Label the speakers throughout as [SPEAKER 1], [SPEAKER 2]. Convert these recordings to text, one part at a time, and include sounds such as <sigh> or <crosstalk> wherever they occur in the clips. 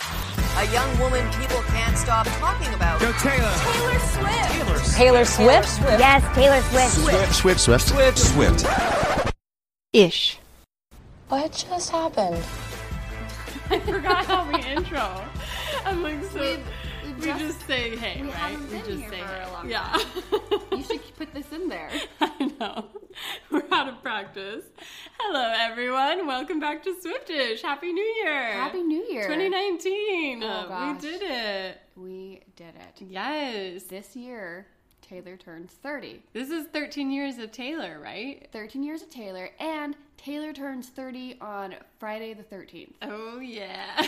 [SPEAKER 1] a young woman people can't stop talking about.
[SPEAKER 2] Go Taylor.
[SPEAKER 3] Taylor Swift.
[SPEAKER 1] Taylor Swift.
[SPEAKER 4] Taylor Swift? Yes, Taylor Swift.
[SPEAKER 5] Swift, Swift, Swift.
[SPEAKER 2] Swift. Swift.
[SPEAKER 4] Ish.
[SPEAKER 6] What just happened?
[SPEAKER 7] I forgot how we intro. I'm like, so
[SPEAKER 3] We've-
[SPEAKER 7] we
[SPEAKER 3] we've
[SPEAKER 7] just,
[SPEAKER 3] just-
[SPEAKER 7] say hey,
[SPEAKER 3] we
[SPEAKER 7] right?
[SPEAKER 3] haven't been
[SPEAKER 7] just
[SPEAKER 3] here
[SPEAKER 7] say
[SPEAKER 3] for
[SPEAKER 7] hey.
[SPEAKER 3] a long
[SPEAKER 7] Yeah.
[SPEAKER 3] You
[SPEAKER 7] <laughs>
[SPEAKER 3] should put this in there.
[SPEAKER 7] I know. We're out of practice. Hello, everyone. Welcome back to Swiftish. Happy New Year.
[SPEAKER 3] Happy New Year.
[SPEAKER 7] 2019.
[SPEAKER 3] Oh,
[SPEAKER 7] we
[SPEAKER 3] gosh.
[SPEAKER 7] did it.
[SPEAKER 3] We did it.
[SPEAKER 7] Yes.
[SPEAKER 3] This year, Taylor turns 30.
[SPEAKER 7] This is 13 years of Taylor, right?
[SPEAKER 3] 13 years of Taylor, and Taylor turns 30 on Friday the 13th.
[SPEAKER 7] Oh yeah.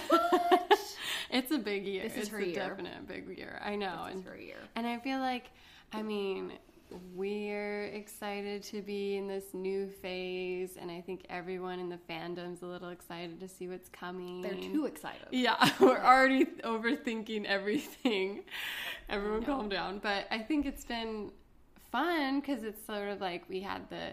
[SPEAKER 7] <laughs> it's a big year.
[SPEAKER 3] This is
[SPEAKER 7] it's
[SPEAKER 3] her
[SPEAKER 7] a
[SPEAKER 3] year.
[SPEAKER 7] definite big year. I know.
[SPEAKER 3] This
[SPEAKER 7] and
[SPEAKER 3] is her year.
[SPEAKER 7] And I feel like I mean, we're excited to be in this new phase and I think everyone in the fandom's a little excited to see what's coming.
[SPEAKER 3] They're too excited.
[SPEAKER 7] Yeah, <laughs> we're already overthinking everything. Everyone calm down. But I think it's been fun because it's sort of like we had the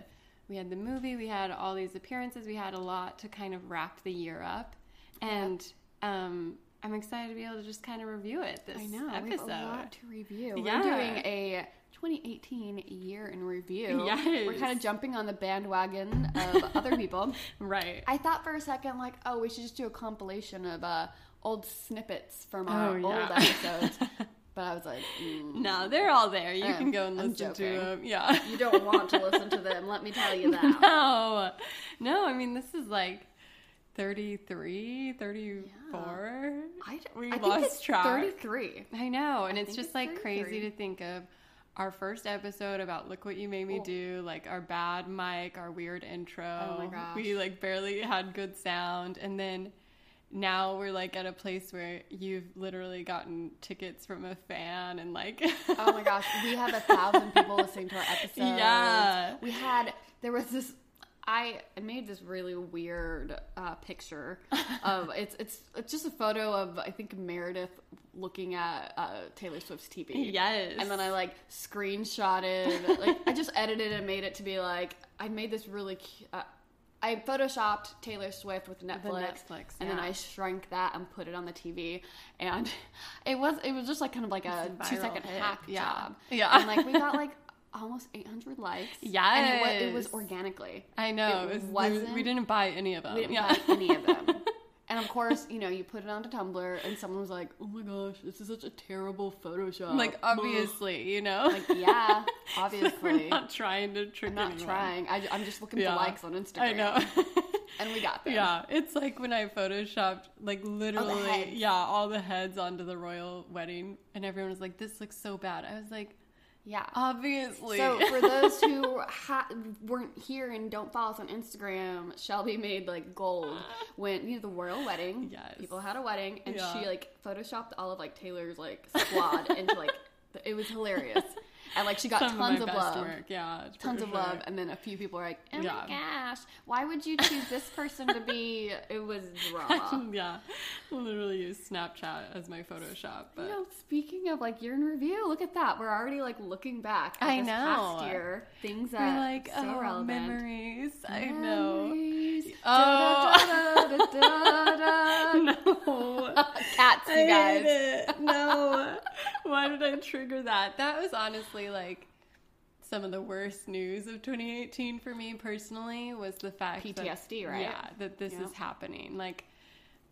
[SPEAKER 7] we had the movie, we had all these appearances, we had a lot to kind of wrap the year up, and um, I'm excited to be able to just kind of review it this
[SPEAKER 3] I know. We have
[SPEAKER 7] episode.
[SPEAKER 3] a lot to review.
[SPEAKER 7] Yeah.
[SPEAKER 3] We're doing a 2018 year in review. We're
[SPEAKER 7] Yes.
[SPEAKER 3] kind of jumping on the bandwagon <laughs> of other people.
[SPEAKER 7] Right.
[SPEAKER 3] I thought for a second, like, oh, we should just do a compilation of uh, old snippets from our
[SPEAKER 7] Oh, yeah.
[SPEAKER 3] old <laughs> episodes. but I was like, mm,
[SPEAKER 7] no, they're all there. You
[SPEAKER 3] Um,
[SPEAKER 7] can go and
[SPEAKER 3] I'm
[SPEAKER 7] listen to
[SPEAKER 3] joking.
[SPEAKER 7] them. Yeah. <laughs>
[SPEAKER 3] you don't want to listen to them. Let me <laughs> tell you that.
[SPEAKER 7] no. No, I mean, this is like 33, 34.
[SPEAKER 3] I, d-
[SPEAKER 7] We
[SPEAKER 3] I think
[SPEAKER 7] lost
[SPEAKER 3] it's
[SPEAKER 7] track.
[SPEAKER 3] 33.
[SPEAKER 7] I know, and it's
[SPEAKER 3] think
[SPEAKER 7] just
[SPEAKER 3] it's
[SPEAKER 7] like crazy
[SPEAKER 3] 33.
[SPEAKER 7] to think of our first episode about look what you made me do, like our bad mic, our weird intro.
[SPEAKER 3] Oh my gosh.
[SPEAKER 7] We like barely had good sound and then now we're like at a place where you've literally gotten tickets from a fan and like <laughs>
[SPEAKER 3] Oh my gosh, we have a thousand people listening to our episodes.
[SPEAKER 7] Yeah.
[SPEAKER 3] we had. There was this. I made this really weird uh, picture of
[SPEAKER 7] <laughs>
[SPEAKER 3] it's it's it's just a photo of I think Meredith looking at uh, Taylor Swift's TV.
[SPEAKER 7] Yes.
[SPEAKER 3] and then I like screenshotted. like I just edited and made it to be like I made this really. cu- Uh, I photoshopped Taylor Swift with Netflix,
[SPEAKER 7] Netflix,
[SPEAKER 3] and then
[SPEAKER 7] yeah.
[SPEAKER 3] I shrunk that and put it on the TV, and <laughs> it was it was just like kind of like a
[SPEAKER 7] It's
[SPEAKER 3] two
[SPEAKER 7] a viral
[SPEAKER 3] second
[SPEAKER 7] hit.
[SPEAKER 3] hack
[SPEAKER 7] Yeah.
[SPEAKER 3] job.
[SPEAKER 7] Yeah.
[SPEAKER 3] And like we got
[SPEAKER 7] <laughs>
[SPEAKER 3] like almost 800 likes.
[SPEAKER 7] Yes.
[SPEAKER 3] And it was, it was organically.
[SPEAKER 7] I know.
[SPEAKER 3] It
[SPEAKER 7] It was,
[SPEAKER 3] wasn't-
[SPEAKER 7] we didn't buy any of them.
[SPEAKER 3] We didn't
[SPEAKER 7] yeah.
[SPEAKER 3] buy any of them. And of course, you know, you put it onto Tumblr and someone was like, oh my gosh, this is such a terrible Photoshop.
[SPEAKER 7] <laughs> like
[SPEAKER 3] Ugh.
[SPEAKER 7] obviously, you know. <laughs>
[SPEAKER 3] Like, yeah,
[SPEAKER 7] We're
[SPEAKER 3] obviously.
[SPEAKER 7] not trying to trick
[SPEAKER 3] I'm not
[SPEAKER 7] anyone.
[SPEAKER 3] trying. I, am just looking
[SPEAKER 7] Yeah.
[SPEAKER 3] for likes on Instagram.
[SPEAKER 7] I know. <laughs>
[SPEAKER 3] And we got them.
[SPEAKER 7] Yeah, it's like when I photoshopped like literally
[SPEAKER 3] heads.
[SPEAKER 7] yeah, all the heads onto the royal wedding and everyone was like this looks so bad. I was like
[SPEAKER 3] Yeah.
[SPEAKER 7] Um, obviously.
[SPEAKER 3] So <laughs> for those who ha- weren't here and don't follow us on Instagram, Shelby made like
[SPEAKER 7] <laughs>
[SPEAKER 3] gold when you know the royal wedding.
[SPEAKER 7] Yes.
[SPEAKER 3] people had a wedding, and
[SPEAKER 7] Yeah.
[SPEAKER 3] she like photoshopped all of like Taylor's like
[SPEAKER 7] <laughs>
[SPEAKER 3] squad into like th- it was hilarious, and like she got
[SPEAKER 7] <laughs> Some
[SPEAKER 3] tons
[SPEAKER 7] my
[SPEAKER 3] of,
[SPEAKER 7] best
[SPEAKER 3] love,
[SPEAKER 7] work. Yeah. for
[SPEAKER 3] tons of
[SPEAKER 7] sure.
[SPEAKER 3] love, and then a few people were like, "Oh
[SPEAKER 7] Yeah.
[SPEAKER 3] my gosh, why would you choose this person to
[SPEAKER 7] <laughs>
[SPEAKER 3] be?" It was drama.
[SPEAKER 7] yeah. Literally use Snapchat as my Photoshop, but
[SPEAKER 3] You know, speaking of like year in review, look at that. We're already like looking back. At
[SPEAKER 7] I
[SPEAKER 3] this Past
[SPEAKER 7] know.
[SPEAKER 3] year, things that
[SPEAKER 7] we're like
[SPEAKER 3] so
[SPEAKER 7] oh
[SPEAKER 3] relevant.
[SPEAKER 7] memories. I know.
[SPEAKER 3] Oh.
[SPEAKER 7] <laughs> No.
[SPEAKER 3] <laughs> Cats, you
[SPEAKER 7] I hate
[SPEAKER 3] guys.
[SPEAKER 7] <laughs> it. No. Why did I trigger that? That was honestly like some of the worst news of 2018 for me personally was the fact that-
[SPEAKER 3] PTSD, right?
[SPEAKER 7] Yeah, that this is
[SPEAKER 3] Yeah.
[SPEAKER 7] happening. Like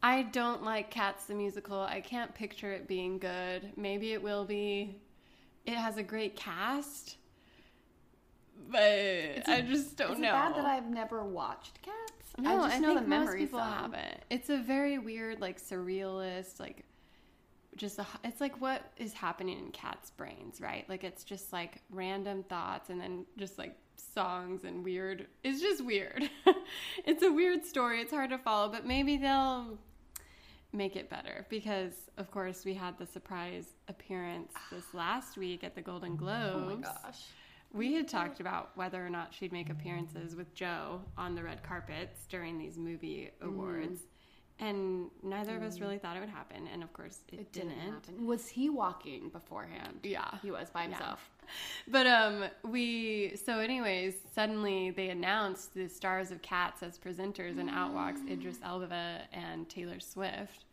[SPEAKER 7] I don't like Cats the musical. I can't picture it being good. Maybe it will be. It has a great cast. But I just don't
[SPEAKER 3] It's
[SPEAKER 7] know.
[SPEAKER 3] bad that I've never watched Cats.
[SPEAKER 7] No, I,
[SPEAKER 3] I just know
[SPEAKER 7] think
[SPEAKER 3] the memories.
[SPEAKER 7] most people
[SPEAKER 3] though.
[SPEAKER 7] have it. It's a very weird, like surrealist, like just a, it's like what is happening in cats' brains, right? Like it's just like random thoughts and then just like songs and weird. It's just weird. <laughs> it's a weird story. It's hard to follow, but maybe they'll make it better because of course we had the surprise appearance this last week at the Golden Globes.
[SPEAKER 3] Oh my gosh.
[SPEAKER 7] We had talked about whether or not she'd make appearances with Joe on the red carpets during these movie
[SPEAKER 3] Mm.
[SPEAKER 7] awards. And neither of us really thought it would happen. And of course, it,
[SPEAKER 3] It
[SPEAKER 7] didn't.
[SPEAKER 3] didn't. happen. Was he walking beforehand?
[SPEAKER 7] Yeah.
[SPEAKER 3] He was by himself.
[SPEAKER 7] But um, we, so, anyways, suddenly they announced the
[SPEAKER 3] Mm.
[SPEAKER 7] stars of Cats as presenters, and out walks Idris Elba and Taylor Swift.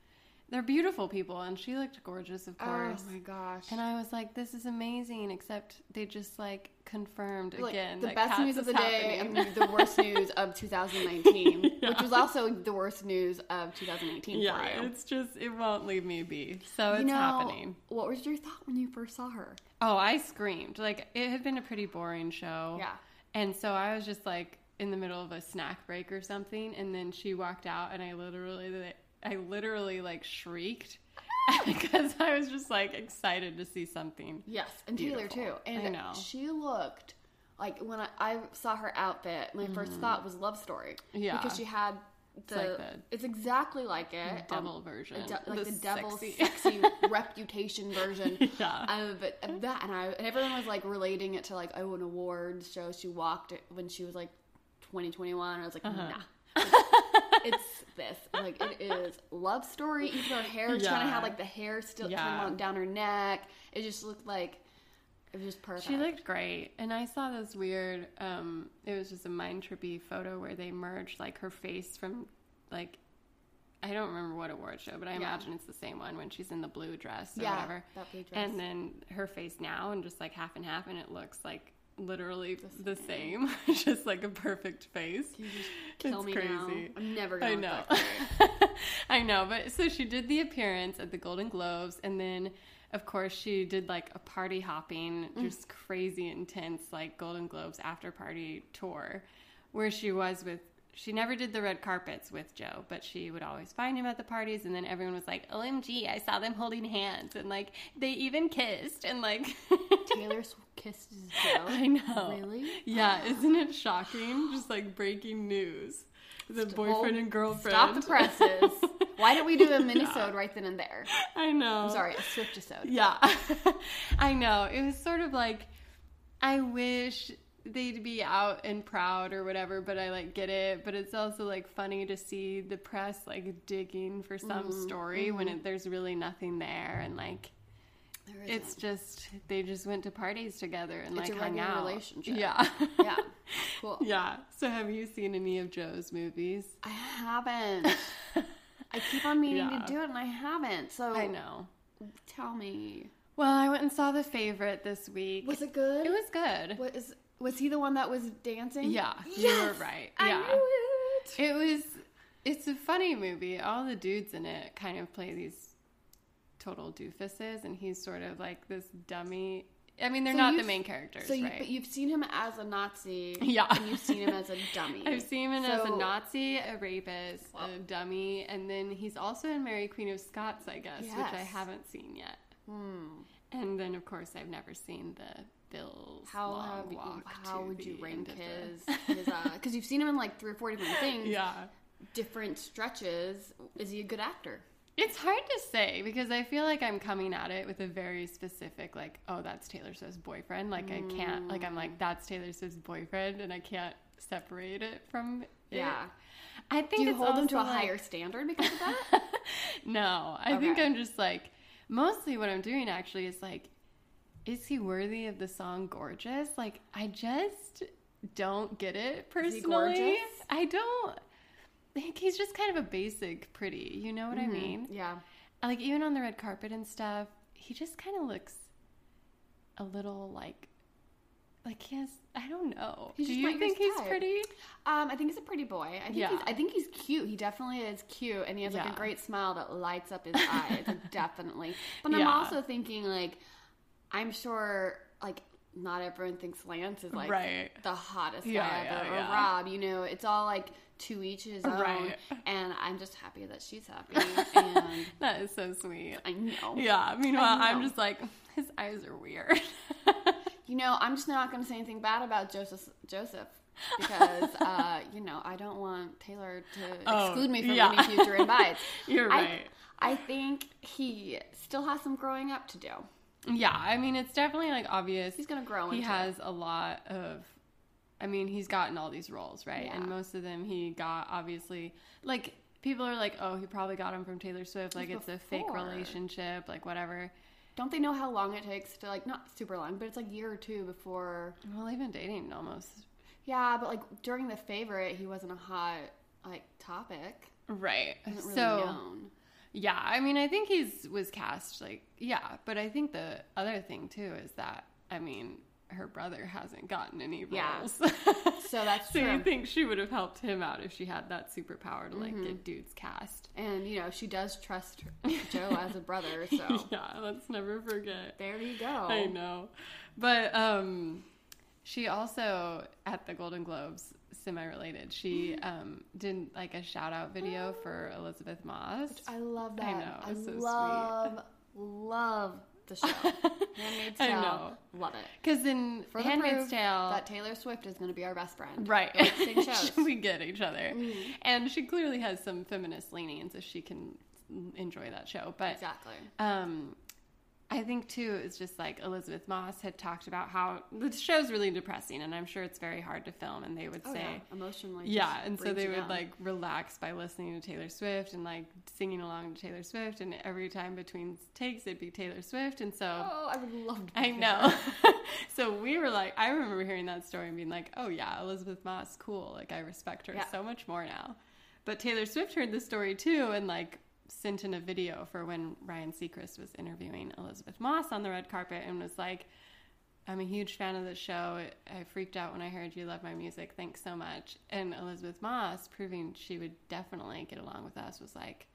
[SPEAKER 7] they're beautiful people, and she looked gorgeous, of course.
[SPEAKER 3] Oh my gosh.
[SPEAKER 7] And I was like, this is amazing, except they just like confirmed
[SPEAKER 3] Like,
[SPEAKER 7] again
[SPEAKER 3] the
[SPEAKER 7] that
[SPEAKER 3] best
[SPEAKER 7] Cats
[SPEAKER 3] news of
[SPEAKER 7] is
[SPEAKER 3] the day <laughs>
[SPEAKER 7] happening.
[SPEAKER 3] and the
[SPEAKER 7] <laughs>
[SPEAKER 3] worst news of 2019, which was also the worst news of 2018 for you.
[SPEAKER 7] yeah, it's just it won't leave me be. So it's
[SPEAKER 3] you know,
[SPEAKER 7] happening.
[SPEAKER 3] What was your thought when you first saw her?
[SPEAKER 7] Oh, I screamed. Like it had been a pretty boring show.
[SPEAKER 3] Yeah.
[SPEAKER 7] And so I was just like in the middle of a snack break or something and then she walked out and I literally I literally like shrieked <laughs> because I was just like excited to see something.
[SPEAKER 3] Yes, and Taylor too.
[SPEAKER 7] Beautiful.
[SPEAKER 3] And
[SPEAKER 7] I know.
[SPEAKER 3] she looked like when I, I saw her outfit, my first thought was love story.
[SPEAKER 7] Mm. Yeah.
[SPEAKER 3] because she had the it's,
[SPEAKER 7] like the
[SPEAKER 3] exactly like it Um,
[SPEAKER 7] devil version.
[SPEAKER 3] a de- like the,
[SPEAKER 7] The
[SPEAKER 3] devil
[SPEAKER 7] sexy- <laughs>
[SPEAKER 3] sexy reputation version
[SPEAKER 7] Yeah.
[SPEAKER 3] of, of that. And I and everyone was like relating it to like oh an awards show. She walked it when she was like twenty twenty one. I was like
[SPEAKER 7] Uh-huh. <laughs>
[SPEAKER 3] nah. it's this like it is love story even her hair she kind
[SPEAKER 7] Yeah.
[SPEAKER 3] of had like the hair still
[SPEAKER 7] Yeah.
[SPEAKER 3] coming on down her neck it just looked like it was just perfect
[SPEAKER 7] She looked great. And I saw this weird um it was just a mind trippy photo where they merged like her face from like I don't remember what award show, but I imagine it's the same one when she's in the blue dress or
[SPEAKER 3] Yeah,
[SPEAKER 7] whatever.
[SPEAKER 3] that blue dress.
[SPEAKER 7] And then her face now and just like half and half and it looks like literally the same. <laughs> just like a perfect face.
[SPEAKER 3] kill
[SPEAKER 7] it's
[SPEAKER 3] me
[SPEAKER 7] crazy.
[SPEAKER 3] now i'm never gonna
[SPEAKER 7] I
[SPEAKER 3] look
[SPEAKER 7] know.
[SPEAKER 3] like that.
[SPEAKER 7] <laughs> I know, but so she did the appearance at the Golden Globes, and then, of course, she did like a party hopping,
[SPEAKER 3] Mm.
[SPEAKER 7] just crazy intense, like Golden Globes after party tour, where she was with. She never did the red carpets with Joe, but she would always find him at the parties, and then everyone was like, "OMG, I saw them holding hands," and like they even kissed, and like.
[SPEAKER 3] <laughs>
[SPEAKER 7] <laughs>
[SPEAKER 3] taylor Swift kissed his Joe.
[SPEAKER 7] I know.
[SPEAKER 3] really <gasps>
[SPEAKER 7] Yeah, isn't it shocking? Just like breaking news. The boyfriend
[SPEAKER 3] Well,
[SPEAKER 7] and girlfriend.
[SPEAKER 3] stop the presses why didn't we do
[SPEAKER 7] <laughs>
[SPEAKER 3] a minnesota right then and there
[SPEAKER 7] I know.
[SPEAKER 3] i'm sorry a swift episode
[SPEAKER 7] Yeah. <laughs> I know. It was sort of like I wish they'd be out and proud or whatever, but I like get it, but it's also like funny to see the press like digging for some
[SPEAKER 3] Mm-hmm.
[SPEAKER 7] story when it, there's really nothing there and like
[SPEAKER 3] There isn't.
[SPEAKER 7] it's just they just went to parties together and
[SPEAKER 3] It's
[SPEAKER 7] like
[SPEAKER 3] a
[SPEAKER 7] hung
[SPEAKER 3] regular
[SPEAKER 7] out.
[SPEAKER 3] relationship.
[SPEAKER 7] Yeah.
[SPEAKER 3] yeah cool
[SPEAKER 7] <laughs> yeah. So have you seen any of Joe's movies?
[SPEAKER 3] i haven't i keep on meaning
[SPEAKER 7] Yeah.
[SPEAKER 3] to do it and i haven't so
[SPEAKER 7] I know.
[SPEAKER 3] tell me
[SPEAKER 7] Well, I went and saw The Favorite this week.
[SPEAKER 3] was it good
[SPEAKER 7] It was good.
[SPEAKER 3] What is was he the one that was dancing?
[SPEAKER 7] Yeah, you
[SPEAKER 3] Yes!
[SPEAKER 7] were right.
[SPEAKER 3] I
[SPEAKER 7] yeah.
[SPEAKER 3] knew it.
[SPEAKER 7] It was. It's a funny movie. All the dudes in it kind of play these total doofuses, and he's sort of like this dummy. I mean, they're
[SPEAKER 3] So
[SPEAKER 7] not
[SPEAKER 3] you've-
[SPEAKER 7] the main characters,
[SPEAKER 3] So you,
[SPEAKER 7] right?
[SPEAKER 3] but you've seen him as a Nazi.
[SPEAKER 7] <laughs> Yeah.
[SPEAKER 3] And you've seen him as
[SPEAKER 7] <laughs>
[SPEAKER 3] a dummy.
[SPEAKER 7] I've seen him as a
[SPEAKER 3] So-
[SPEAKER 7] Nazi, a rapist, a dummy, and then he's also in Mary Queen of Scots, I guess, which I
[SPEAKER 3] Yes. Hmm.
[SPEAKER 7] haven't seen yet. And then, of course, I've never seen the Bill's
[SPEAKER 3] How
[SPEAKER 7] long
[SPEAKER 3] have you-
[SPEAKER 7] walk.
[SPEAKER 3] how
[SPEAKER 7] to
[SPEAKER 3] would you
[SPEAKER 7] the
[SPEAKER 3] rank
[SPEAKER 7] end of the-
[SPEAKER 3] his his because you've seen him in like three or four different things,
[SPEAKER 7] <laughs> Yeah.
[SPEAKER 3] different stretches. Is he a good actor?
[SPEAKER 7] It's hard to say because I feel like I'm coming at it with a very specific, like, oh, that's Taylor Swift's boyfriend. Like, I can't, like, I'm like, that's Taylor Swift's boyfriend, and I can't separate it from it.
[SPEAKER 3] Yeah.
[SPEAKER 7] I think
[SPEAKER 3] Do you
[SPEAKER 7] it's
[SPEAKER 3] hold him to a
[SPEAKER 7] also, like-
[SPEAKER 3] higher standard because of
[SPEAKER 7] <laughs>
[SPEAKER 3] that?
[SPEAKER 7] no, I think
[SPEAKER 3] Okay.
[SPEAKER 7] I'm just like, mostly what I'm doing actually is like, is he worthy of the song Gorgeous? Like, I just don't get it
[SPEAKER 3] he
[SPEAKER 7] personally.
[SPEAKER 3] gorgeous?
[SPEAKER 7] I don't. Like, he's just kind of a basic pretty. You know what
[SPEAKER 3] Mm-hmm.
[SPEAKER 7] I mean?
[SPEAKER 3] yeah.
[SPEAKER 7] like even on the red carpet and stuff, he just kind of looks a little like like he has I don't know.
[SPEAKER 3] He
[SPEAKER 7] Do
[SPEAKER 3] just might
[SPEAKER 7] you
[SPEAKER 3] be
[SPEAKER 7] think
[SPEAKER 3] his
[SPEAKER 7] he's
[SPEAKER 3] type.
[SPEAKER 7] pretty?
[SPEAKER 3] Um, I think he's a pretty boy. I think
[SPEAKER 7] Yeah.
[SPEAKER 3] he's, I think he's cute. He definitely is cute, and he has like
[SPEAKER 7] Yeah.
[SPEAKER 3] a great smile that lights up his
[SPEAKER 7] <laughs>
[SPEAKER 3] eyes, like, definitely. But I'm
[SPEAKER 7] Yeah.
[SPEAKER 3] also thinking like, I'm sure like not everyone thinks Lance is like
[SPEAKER 7] Right.
[SPEAKER 3] the hottest
[SPEAKER 7] Yeah,
[SPEAKER 3] guy
[SPEAKER 7] yeah,
[SPEAKER 3] ever, or
[SPEAKER 7] yeah.
[SPEAKER 3] Rob. You know, it's all like to each his own.
[SPEAKER 7] Right.
[SPEAKER 3] And I'm just happy that she's happy,
[SPEAKER 7] <laughs>
[SPEAKER 3] and
[SPEAKER 7] That is so sweet.
[SPEAKER 3] I know.
[SPEAKER 7] Yeah. Meanwhile,
[SPEAKER 3] I
[SPEAKER 7] I'm
[SPEAKER 3] know.
[SPEAKER 7] just like <laughs> his eyes are weird. <laughs>
[SPEAKER 3] You know, I'm just not going to say anything bad about Joseph Joseph
[SPEAKER 7] <laughs>
[SPEAKER 3] because uh, you know I don't want Taylor to
[SPEAKER 7] Oh,
[SPEAKER 3] exclude me from
[SPEAKER 7] yeah.
[SPEAKER 3] any
[SPEAKER 7] <laughs>
[SPEAKER 3] future invites.
[SPEAKER 7] You're
[SPEAKER 3] I-
[SPEAKER 7] right.
[SPEAKER 3] I, think he still has some growing up to do.
[SPEAKER 7] yeah. I mean, it's definitely like obvious.
[SPEAKER 3] He's gonna grow
[SPEAKER 7] He
[SPEAKER 3] into it.
[SPEAKER 7] has a lot of. I mean, he's gotten all these roles, right? And
[SPEAKER 3] Yeah.
[SPEAKER 7] most of them he got obviously like people are like, oh, he probably got them from Taylor Swift. Like it's a fake
[SPEAKER 3] before.
[SPEAKER 7] relationship, like whatever.
[SPEAKER 3] Don't they know how long it takes to like not super long, but it's like a year or two before.
[SPEAKER 7] Well, they've been dating almost.
[SPEAKER 3] Yeah, but like during the favorite, he wasn't a hot like topic.
[SPEAKER 7] Right.
[SPEAKER 3] Wasn't really
[SPEAKER 7] so
[SPEAKER 3] known.
[SPEAKER 7] Yeah, I mean, I think he's was cast like yeah, but I think the other thing too is that I mean, her brother hasn't gotten any
[SPEAKER 3] Yeah.
[SPEAKER 7] roles.
[SPEAKER 3] <laughs> So that's
[SPEAKER 7] <laughs> so you
[SPEAKER 3] true.
[SPEAKER 7] think she would have helped him out if she had that superpower to like
[SPEAKER 3] Mm-hmm.
[SPEAKER 7] get dudes cast.
[SPEAKER 3] And you know she does trust Joe as a brother, so
[SPEAKER 7] <laughs> Yeah, let's never forget.
[SPEAKER 3] there you go.
[SPEAKER 7] I know. But um she also at the Golden Globes, semi related,
[SPEAKER 3] Mm-hmm.
[SPEAKER 7] she um did like a shout out video for Elizabeth Moss.
[SPEAKER 3] I love that.
[SPEAKER 7] I
[SPEAKER 3] I,
[SPEAKER 7] know, it's so sweet.
[SPEAKER 3] love, love the
[SPEAKER 7] <laughs>
[SPEAKER 3] show. Handmaid's
[SPEAKER 7] I
[SPEAKER 3] Tale.
[SPEAKER 7] know.
[SPEAKER 3] Love it.
[SPEAKER 7] Because in
[SPEAKER 3] For the
[SPEAKER 7] Handmaid's
[SPEAKER 3] proof
[SPEAKER 7] Tale,
[SPEAKER 3] that Taylor Swift is going to be our best friend.
[SPEAKER 7] Right.
[SPEAKER 3] Go watch
[SPEAKER 7] <laughs>
[SPEAKER 3] Sing shows. Mm-hmm.
[SPEAKER 7] we get each other. And she clearly has some feminist leanings if she can enjoy that show. But
[SPEAKER 3] Exactly.
[SPEAKER 7] um, I think too it's just like Elizabeth Moss had talked about how the show's really depressing and I'm sure it's very hard to film and they would
[SPEAKER 3] Oh,
[SPEAKER 7] say
[SPEAKER 3] yeah. Emotionally. just
[SPEAKER 7] yeah, and so
[SPEAKER 3] brings
[SPEAKER 7] they
[SPEAKER 3] you
[SPEAKER 7] would
[SPEAKER 3] down.
[SPEAKER 7] like relax by listening to Taylor Swift and like singing along to Taylor Swift and every time between takes it'd be Taylor Swift and so
[SPEAKER 3] Oh, I would love. To
[SPEAKER 7] I
[SPEAKER 3] be
[SPEAKER 7] know. <laughs> so we were like, I remember hearing that story and being like, oh yeah, Elizabeth Moss, cool. Like I respect her
[SPEAKER 3] Yeah.
[SPEAKER 7] so much more now. But Taylor Swift heard the story too and like sent in a video for when Ryan Seacrest was interviewing Elizabeth Moss on the red carpet and was like, I'm a huge fan of the show. I freaked out when I heard you love my music. Thanks so much. And Elizabeth Moss, proving she would definitely get along with us, was like,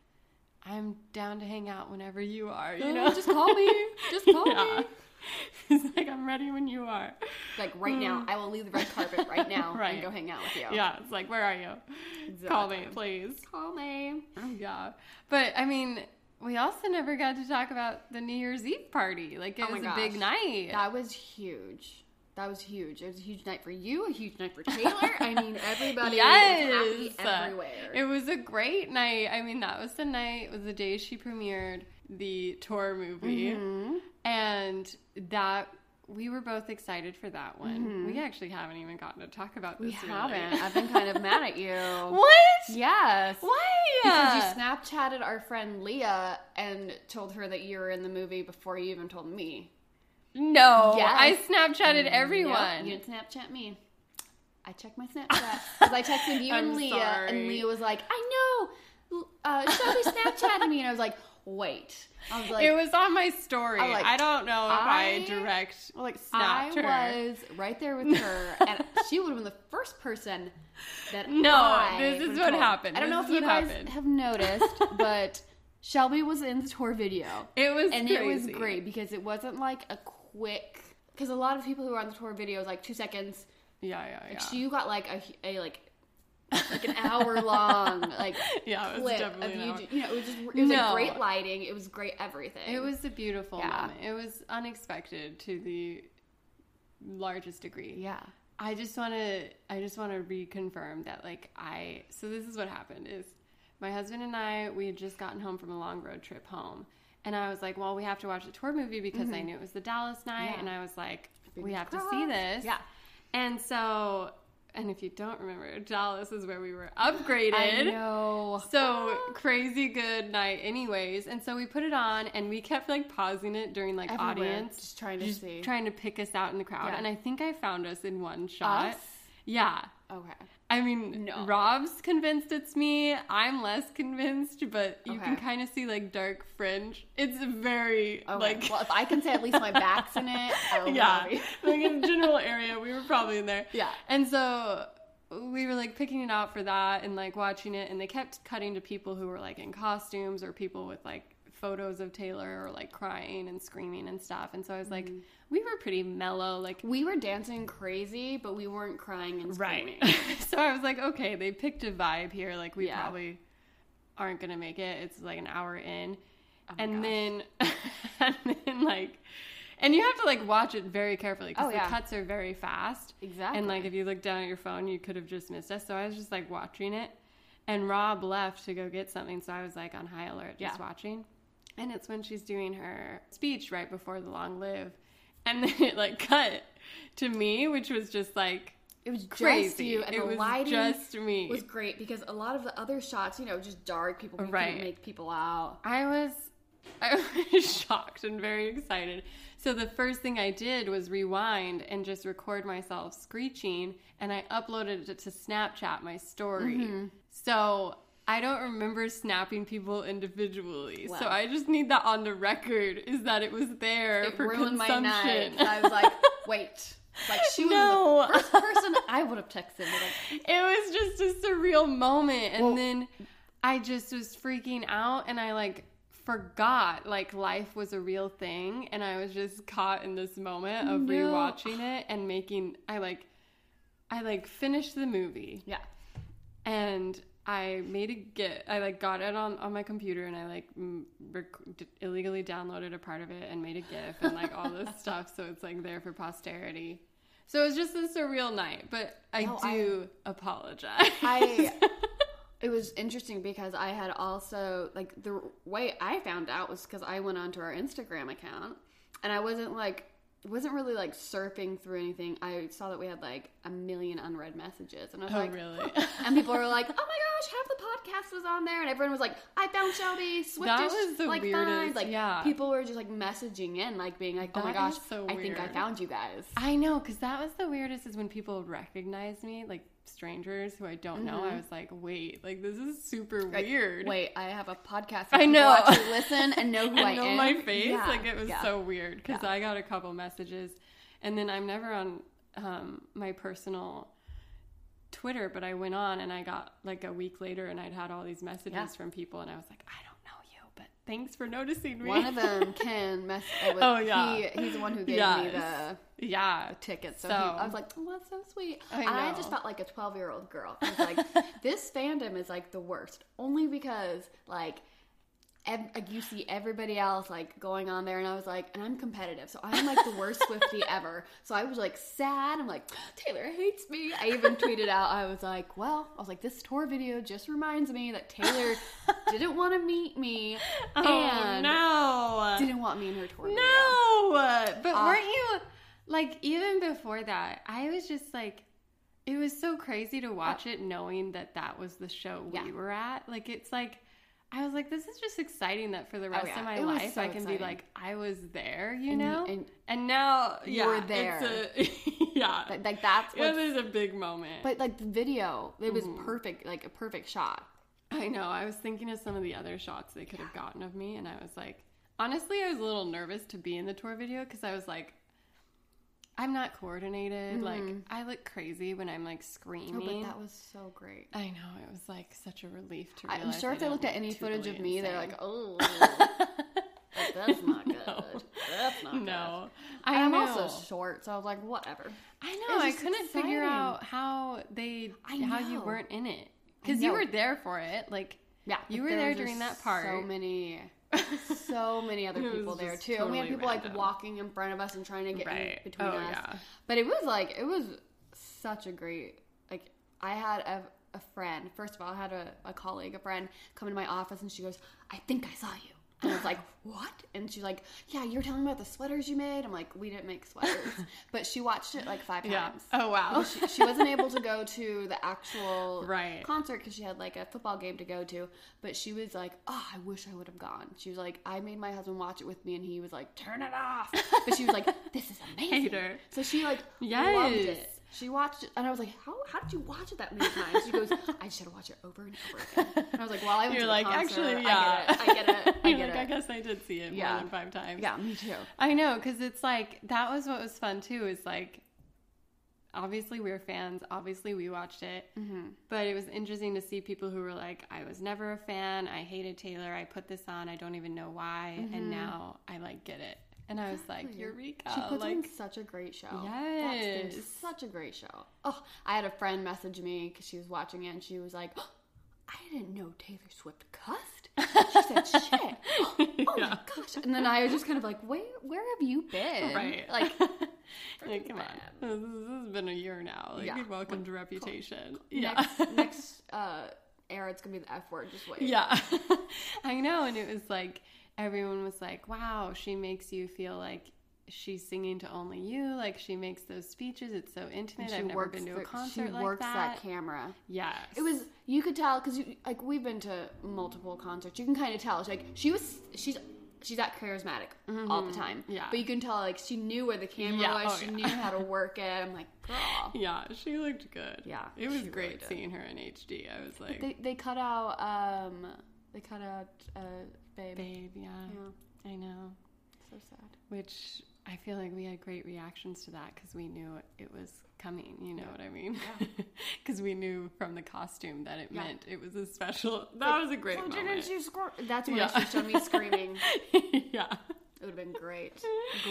[SPEAKER 7] I'm down to hang out whenever you are.
[SPEAKER 3] <gasps>
[SPEAKER 7] You know,
[SPEAKER 3] Oh, <laughs> just call
[SPEAKER 7] <laughs>
[SPEAKER 3] me. Just call me.
[SPEAKER 7] He's like, I'm ready when you are.
[SPEAKER 3] Like right now, I will leave the red carpet right
[SPEAKER 7] <laughs>
[SPEAKER 3] now
[SPEAKER 7] Mm. Right.
[SPEAKER 3] and go hang out with you.
[SPEAKER 7] Yeah, it's like, where are you? Call me, please. Oh,
[SPEAKER 3] Call me.
[SPEAKER 7] Yeah. But I mean, we also never got to talk about the New Year's Eve party. Like, it
[SPEAKER 3] Oh my
[SPEAKER 7] was a big
[SPEAKER 3] gosh.
[SPEAKER 7] night.
[SPEAKER 3] That was huge. That was huge. It was a huge night for you, a huge night for Taylor. I mean,
[SPEAKER 7] <laughs>
[SPEAKER 3] everybody was happy everywhere.
[SPEAKER 7] It was a great night. I mean, that was the night, was the day she premiered the tour movie.
[SPEAKER 3] Mm-hmm.
[SPEAKER 7] And that we were both excited for that one. We actually haven't even gotten to talk about this.
[SPEAKER 3] Mm-hmm. we
[SPEAKER 7] really.
[SPEAKER 3] haven't. I've
[SPEAKER 7] <laughs>
[SPEAKER 3] been kind of mad at you.
[SPEAKER 7] What?
[SPEAKER 3] Yes.
[SPEAKER 7] Why?
[SPEAKER 3] Because you Snapchatted our friend Leah and told her that you were in the movie before you even told me.
[SPEAKER 7] No,
[SPEAKER 3] Yes.
[SPEAKER 7] I Snapchatted everyone.
[SPEAKER 3] Nope, you didn't Snapchat me. I checked my Snapchat
[SPEAKER 7] <laughs>
[SPEAKER 3] because I texted you
[SPEAKER 7] I'm
[SPEAKER 3] and Leah,
[SPEAKER 7] sorry.
[SPEAKER 3] and Leah was like, "I know, uh, Shelby Snapchatted me," and I was like, "Wait." I was like,
[SPEAKER 7] it was on my story.
[SPEAKER 3] I'm like,
[SPEAKER 7] I don't know if I,
[SPEAKER 3] I-
[SPEAKER 7] direct
[SPEAKER 3] Well, like
[SPEAKER 7] snapped her.
[SPEAKER 3] I was right there with
[SPEAKER 7] <laughs>
[SPEAKER 3] her, and she would have been the first person that
[SPEAKER 7] No,
[SPEAKER 3] I
[SPEAKER 7] this is
[SPEAKER 3] would've
[SPEAKER 7] what
[SPEAKER 3] told.
[SPEAKER 7] happened.
[SPEAKER 3] I don't
[SPEAKER 7] This
[SPEAKER 3] know
[SPEAKER 7] is
[SPEAKER 3] if you
[SPEAKER 7] what
[SPEAKER 3] guys
[SPEAKER 7] happened.
[SPEAKER 3] have
[SPEAKER 7] <laughs>
[SPEAKER 3] noticed, but Shelby was in the tour video.
[SPEAKER 7] It was
[SPEAKER 3] and it was
[SPEAKER 7] crazy.
[SPEAKER 3] great because it wasn't like a quick because a lot of people who are on the tour video is like two seconds.
[SPEAKER 7] Yeah, yeah, yeah.
[SPEAKER 3] So you got like a, a like like an hour long like
[SPEAKER 7] <laughs> Yeah, it was
[SPEAKER 3] clip of
[SPEAKER 7] definitely an
[SPEAKER 3] you.
[SPEAKER 7] hour.
[SPEAKER 3] do- You know, it was just it was
[SPEAKER 7] No.
[SPEAKER 3] like great lighting. It was great everything.
[SPEAKER 7] it was a beautiful
[SPEAKER 3] Yeah.
[SPEAKER 7] moment. It was unexpected to the largest degree.
[SPEAKER 3] yeah.
[SPEAKER 7] I just want to I just want to reconfirm that like I so this is what happened is my husband and I we had just gotten home from a long road trip home and I was like well we have to watch the tour movie because I knew it was the Dallas night
[SPEAKER 3] Mm-hmm. Yeah.
[SPEAKER 7] and I was like we
[SPEAKER 3] Fingers
[SPEAKER 7] have to see
[SPEAKER 3] crossed.
[SPEAKER 7] this
[SPEAKER 3] Yeah.
[SPEAKER 7] and so and if you don't remember Dallas is where we were upgraded
[SPEAKER 3] I know.
[SPEAKER 7] so crazy good night anyways and so we put it on and we kept like pausing it during like
[SPEAKER 3] Everywhere,
[SPEAKER 7] audience
[SPEAKER 3] just trying to see.
[SPEAKER 7] trying to pick us out in the crowd
[SPEAKER 3] Yeah.
[SPEAKER 7] and i think i found us in one shot
[SPEAKER 3] Us?
[SPEAKER 7] yeah
[SPEAKER 3] Okay.
[SPEAKER 7] i mean
[SPEAKER 3] No.
[SPEAKER 7] rob's convinced it's me i'm less convinced but you can
[SPEAKER 3] Okay.
[SPEAKER 7] kind of see like dark fringe it's very
[SPEAKER 3] Okay.
[SPEAKER 7] like
[SPEAKER 3] well, if I can say at least my back's in it,
[SPEAKER 7] <laughs>
[SPEAKER 3] I will
[SPEAKER 7] yeah,
[SPEAKER 3] be.
[SPEAKER 7] like in general area, we were probably in there.
[SPEAKER 3] Yeah.
[SPEAKER 7] and so we were like picking it out for that and like watching it, and they kept cutting to people who were like in costumes or people with like photos of Taylor or like crying and screaming and stuff. And so I was like,
[SPEAKER 3] Mm-hmm.
[SPEAKER 7] we were pretty mellow, like
[SPEAKER 3] We were dancing crazy, but we weren't crying and screaming. <laughs>
[SPEAKER 7] so I was like, okay, they picked a vibe here. Like we
[SPEAKER 3] Yeah.
[SPEAKER 7] probably aren't gonna make it. It's like an hour in,
[SPEAKER 3] Oh
[SPEAKER 7] and then <laughs> and then like, and you have to like watch it very carefully because
[SPEAKER 3] Oh,
[SPEAKER 7] the
[SPEAKER 3] yeah.
[SPEAKER 7] cuts are very fast. And like
[SPEAKER 3] Exactly.
[SPEAKER 7] if you look down at your phone, you could have just missed us. So I was just like watching it, and Rob left to go get something. So I was like on high alert, just
[SPEAKER 3] Yeah.
[SPEAKER 7] watching. And it's when she's doing her speech right before the long live. And then it like cut to me, which was just like
[SPEAKER 3] It was just
[SPEAKER 7] Crazy.
[SPEAKER 3] you, and
[SPEAKER 7] It
[SPEAKER 3] the
[SPEAKER 7] was
[SPEAKER 3] lighting
[SPEAKER 7] just me.
[SPEAKER 3] was great because a lot of the other shots, you know, just dark people, we
[SPEAKER 7] Right.
[SPEAKER 3] couldn't make people out.
[SPEAKER 7] I was <laughs> I was shocked and very excited. So the first thing I did was rewind and just record myself
[SPEAKER 3] Mm-hmm.
[SPEAKER 7] screeching and I uploaded it to Snapchat my story. So I don't remember snapping people individually, so
[SPEAKER 3] Wow.
[SPEAKER 7] I just need that on the record. Is that it was there
[SPEAKER 3] It
[SPEAKER 7] for
[SPEAKER 3] ruined my
[SPEAKER 7] consumption?
[SPEAKER 3] night. <laughs> I was
[SPEAKER 7] <laughs>
[SPEAKER 3] like, wait. Like she was
[SPEAKER 7] No.
[SPEAKER 3] the first person I would have texted. Like,
[SPEAKER 7] it was just a surreal moment and then i just was freaking out and i like forgot like life was a real thing and i was just caught in this moment of
[SPEAKER 3] No.
[SPEAKER 7] rewatching it and making i like i like finished the movie
[SPEAKER 3] yeah.
[SPEAKER 7] and I made a git. I like got it on on my computer and I like m- rec- d- illegally downloaded a part of it and made a gif and like all <laughs> this stuff. So it's like there for posterity. So it was just a surreal night, but I
[SPEAKER 3] No, I-
[SPEAKER 7] do apologize. <laughs>
[SPEAKER 3] I it was interesting because I had also like the way I found out was because I went onto our Instagram account and I wasn't like wasn't really like surfing through anything. I saw that we had like a million unread messages and I was
[SPEAKER 7] Oh,
[SPEAKER 3] like
[SPEAKER 7] really?
[SPEAKER 3] and people were like, "Oh my gosh, half the podcast was on there," and everyone was like, "I found Shelby." Swift
[SPEAKER 7] That
[SPEAKER 3] dish,
[SPEAKER 7] was the
[SPEAKER 3] like,
[SPEAKER 7] weirdest,
[SPEAKER 3] finds." Like
[SPEAKER 7] yeah.
[SPEAKER 3] people were just like messaging in, like being like, "Oh my
[SPEAKER 7] That
[SPEAKER 3] gosh,
[SPEAKER 7] is so
[SPEAKER 3] I think I
[SPEAKER 7] weird.
[SPEAKER 3] found you guys."
[SPEAKER 7] I know, because that was the weirdest is when people recognize me, like strangers who I don't know. I was like, wait, Mm-hmm. like this is super
[SPEAKER 3] Like,
[SPEAKER 7] weird.
[SPEAKER 3] Wait, I have a podcast.
[SPEAKER 7] I
[SPEAKER 3] I know.
[SPEAKER 7] know.
[SPEAKER 3] Actually listen and know who I
[SPEAKER 7] <laughs> and know
[SPEAKER 3] am.
[SPEAKER 7] my face.
[SPEAKER 3] Yeah,
[SPEAKER 7] Like it was
[SPEAKER 3] yeah.
[SPEAKER 7] so weird because I got a couple messages, and then I'm never on um, my personal Twitter, but I went on and I got like a week later, and I'd had all these messages
[SPEAKER 3] Yeah.
[SPEAKER 7] from people, and I was like, I don't know you, but thanks for noticing me.
[SPEAKER 3] One of them, Ken, mess. I was-
[SPEAKER 7] Oh, yeah.
[SPEAKER 3] he, he's the one who gave me
[SPEAKER 7] Yes.
[SPEAKER 3] the
[SPEAKER 7] <laughs> yeah,
[SPEAKER 3] ticket. So,
[SPEAKER 7] So-
[SPEAKER 3] he- I was like, oh, that's so sweet.
[SPEAKER 7] I
[SPEAKER 3] And I
[SPEAKER 7] know.
[SPEAKER 3] just felt like a 12 year old girl. I was
[SPEAKER 7] <laughs>
[SPEAKER 3] like, this fandom is like the worst, only because like. Ev- like, you see everybody else like going on there, and I was like, and I'm competitive, so I'm like the worst
[SPEAKER 7] <laughs>
[SPEAKER 3] Swifty ever. So I was like sad. I'm like, "Oh, Taylor hates me. I even tweeted out, I was like, well, I was like, this tour video just reminds me that
[SPEAKER 7] <laughs>
[SPEAKER 3] Taylor didn't want to meet me
[SPEAKER 7] oh
[SPEAKER 3] and
[SPEAKER 7] no,
[SPEAKER 3] didn't want me in her tour video.
[SPEAKER 7] No, but
[SPEAKER 3] Uh,
[SPEAKER 7] weren't you like even before that? I was just like, it was so crazy to watch it, knowing that that was the show we
[SPEAKER 3] Uh, Yeah.
[SPEAKER 7] were at. Like it's like. I was like, this is just exciting that for the rest
[SPEAKER 3] Oh, yeah.
[SPEAKER 7] of my
[SPEAKER 3] It was
[SPEAKER 7] life
[SPEAKER 3] so
[SPEAKER 7] I can
[SPEAKER 3] exciting.
[SPEAKER 7] be like, I was there, you
[SPEAKER 3] And-
[SPEAKER 7] know? And,
[SPEAKER 3] and-
[SPEAKER 7] now,
[SPEAKER 3] You
[SPEAKER 7] yeah,
[SPEAKER 3] were there.
[SPEAKER 7] It's a, <laughs> yeah.
[SPEAKER 3] But, like that's
[SPEAKER 7] yeah,
[SPEAKER 3] what's
[SPEAKER 7] this is a big moment.
[SPEAKER 3] But like the video, it was
[SPEAKER 7] Mm-hmm.
[SPEAKER 3] perfect, like a perfect shot.
[SPEAKER 7] I know. I was thinking of some of the other shots they could have gotten of me, and I was like, honestly, I was a little nervous to be in the tour video because I was like, I'm not coordinated. Like, I look crazy when I'm like
[SPEAKER 3] Mm-hmm. Oh,
[SPEAKER 7] screaming.
[SPEAKER 3] but that was so great.
[SPEAKER 7] I know. It was like such a relief to.
[SPEAKER 3] I'm
[SPEAKER 7] realize
[SPEAKER 3] sure
[SPEAKER 7] I
[SPEAKER 3] if they
[SPEAKER 7] didn't
[SPEAKER 3] looked at
[SPEAKER 7] look
[SPEAKER 3] any
[SPEAKER 7] totally
[SPEAKER 3] footage of me, they're
[SPEAKER 7] insane.
[SPEAKER 3] like, "Oh,
[SPEAKER 7] <laughs>
[SPEAKER 3] like, that's not good. That's not
[SPEAKER 7] no.
[SPEAKER 3] good."
[SPEAKER 7] I
[SPEAKER 3] I'm
[SPEAKER 7] know.
[SPEAKER 3] also short, so I was like, "Whatever."
[SPEAKER 7] I
[SPEAKER 3] It
[SPEAKER 7] know.
[SPEAKER 3] was
[SPEAKER 7] I
[SPEAKER 3] just
[SPEAKER 7] couldn't figure
[SPEAKER 3] exciting.
[SPEAKER 7] out how they
[SPEAKER 3] I
[SPEAKER 7] how you
[SPEAKER 3] know.
[SPEAKER 7] weren't in it
[SPEAKER 3] I
[SPEAKER 7] because you
[SPEAKER 3] know.
[SPEAKER 7] were there for it. Like,
[SPEAKER 3] Yeah,
[SPEAKER 7] you
[SPEAKER 3] but
[SPEAKER 7] were there
[SPEAKER 3] was
[SPEAKER 7] during
[SPEAKER 3] just
[SPEAKER 7] that part.
[SPEAKER 3] So
[SPEAKER 7] <laughs>
[SPEAKER 3] many, so many other
[SPEAKER 7] It was
[SPEAKER 3] people there
[SPEAKER 7] just
[SPEAKER 3] too. and we had
[SPEAKER 7] totally
[SPEAKER 3] people
[SPEAKER 7] random.
[SPEAKER 3] like walking in front of us and trying to get
[SPEAKER 7] Right.
[SPEAKER 3] in between
[SPEAKER 7] Oh,
[SPEAKER 3] us.
[SPEAKER 7] yeah.
[SPEAKER 3] But it was like it was such a great like I had a, a friend. First of all, I had a, a colleague, a friend, come into my office and she goes, "I think I saw you." And I
[SPEAKER 7] <laughs>
[SPEAKER 3] was like, "What?" And she's like, "Yeah, you're telling me about the sweaters you made." I'm like, "We didn't make
[SPEAKER 7] <laughs>
[SPEAKER 3] sweaters," but she watched it like five
[SPEAKER 7] Yeah.
[SPEAKER 3] times.
[SPEAKER 7] Oh, wow.
[SPEAKER 3] And she, she wasn't able to go to the actual
[SPEAKER 7] <laughs> Right.
[SPEAKER 3] concert because she had like a football game to go to. But she was like, "Oh, I wish I would have gone." She was like, "I made my husband watch it with me, and he was like, turn it off." But she was like,
[SPEAKER 7] <laughs>
[SPEAKER 3] "This is amazing."
[SPEAKER 7] Hater.
[SPEAKER 3] So she like loved it.
[SPEAKER 7] Yes.
[SPEAKER 3] She watched it, and I was like, "How how did you watch it that many times?" She goes,
[SPEAKER 7] <laughs>
[SPEAKER 3] "I just had to watch it over and over again." And I was like, "Well, I went
[SPEAKER 7] You're
[SPEAKER 3] to
[SPEAKER 7] like,
[SPEAKER 3] the concert.
[SPEAKER 7] actually, yeah.
[SPEAKER 3] I get it. I get it. I
[SPEAKER 7] <laughs> You're
[SPEAKER 3] get
[SPEAKER 7] like,
[SPEAKER 3] it."
[SPEAKER 7] I guess I did see it
[SPEAKER 3] Yeah.
[SPEAKER 7] more than five times.
[SPEAKER 3] yeah, me too.
[SPEAKER 7] I know, because it's like that was what was fun too. Is like, obviously we were fans. Obviously we watched it,
[SPEAKER 3] Mm-hmm.
[SPEAKER 7] but it was interesting to see people who were like, "I was never a fan. I hated Taylor. I put this on. I don't even know why, and now I like get it." And I was like, "Eureka!"
[SPEAKER 3] Mm-hmm. She puts
[SPEAKER 7] Uh, like,
[SPEAKER 3] on such a great show. That's
[SPEAKER 7] Yes.
[SPEAKER 3] been such a great show. Oh, I had a friend message me because she was watching it and she was like, "Oh, I didn't know Taylor Swift cussed. She
[SPEAKER 7] <laughs>
[SPEAKER 3] said, shit. Oh, my gosh. And then I was just kind of like, wait, where have you been?
[SPEAKER 7] Right.
[SPEAKER 3] <laughs> Like,
[SPEAKER 7] <laughs> like, come on, this, this has been a year now. Like,
[SPEAKER 3] Yeah.
[SPEAKER 7] welcome to Reputation. <laughs>
[SPEAKER 3] next, next uh, era, it's going to be the F word. Just wait.
[SPEAKER 7] Yeah. <laughs> I know. And it was like, everyone was like, wow, she makes you feel like she's singing to only you. Like, she makes those speeches. It's so intimate.
[SPEAKER 3] She
[SPEAKER 7] I've never
[SPEAKER 3] works
[SPEAKER 7] been to a
[SPEAKER 3] the-
[SPEAKER 7] concert
[SPEAKER 3] She
[SPEAKER 7] like
[SPEAKER 3] works
[SPEAKER 7] that.
[SPEAKER 3] that camera.
[SPEAKER 7] yes.
[SPEAKER 3] It was you could tell because like we've been to multiple concerts. You can kind of tell. She, like she was, she's she's that charismatic all the time.
[SPEAKER 7] Mm-hmm. Yeah.
[SPEAKER 3] But you can tell like she knew where the camera
[SPEAKER 7] Yeah,
[SPEAKER 3] was.
[SPEAKER 7] oh,
[SPEAKER 3] she
[SPEAKER 7] yeah.
[SPEAKER 3] knew how to
[SPEAKER 7] <laughs>
[SPEAKER 3] work it. I'm like, girl.
[SPEAKER 7] Yeah, she looked good.
[SPEAKER 3] Yeah,
[SPEAKER 7] it was
[SPEAKER 3] she
[SPEAKER 7] great
[SPEAKER 3] really did.
[SPEAKER 7] seeing her in HD. I was like,
[SPEAKER 3] They they cut out um they cut out uh babe.
[SPEAKER 7] babe, yeah, I know.
[SPEAKER 3] So sad.
[SPEAKER 7] Which I feel like we had great reactions to that because we knew it was coming. You know what I mean? <laughs> Because we knew from the costume that it
[SPEAKER 3] Yeah.
[SPEAKER 7] meant it was a special. That was a great moment.
[SPEAKER 3] That's when
[SPEAKER 7] Yeah.
[SPEAKER 3] she showed me
[SPEAKER 7] <laughs>
[SPEAKER 3] screaming.
[SPEAKER 7] yeah.
[SPEAKER 3] It would have been great.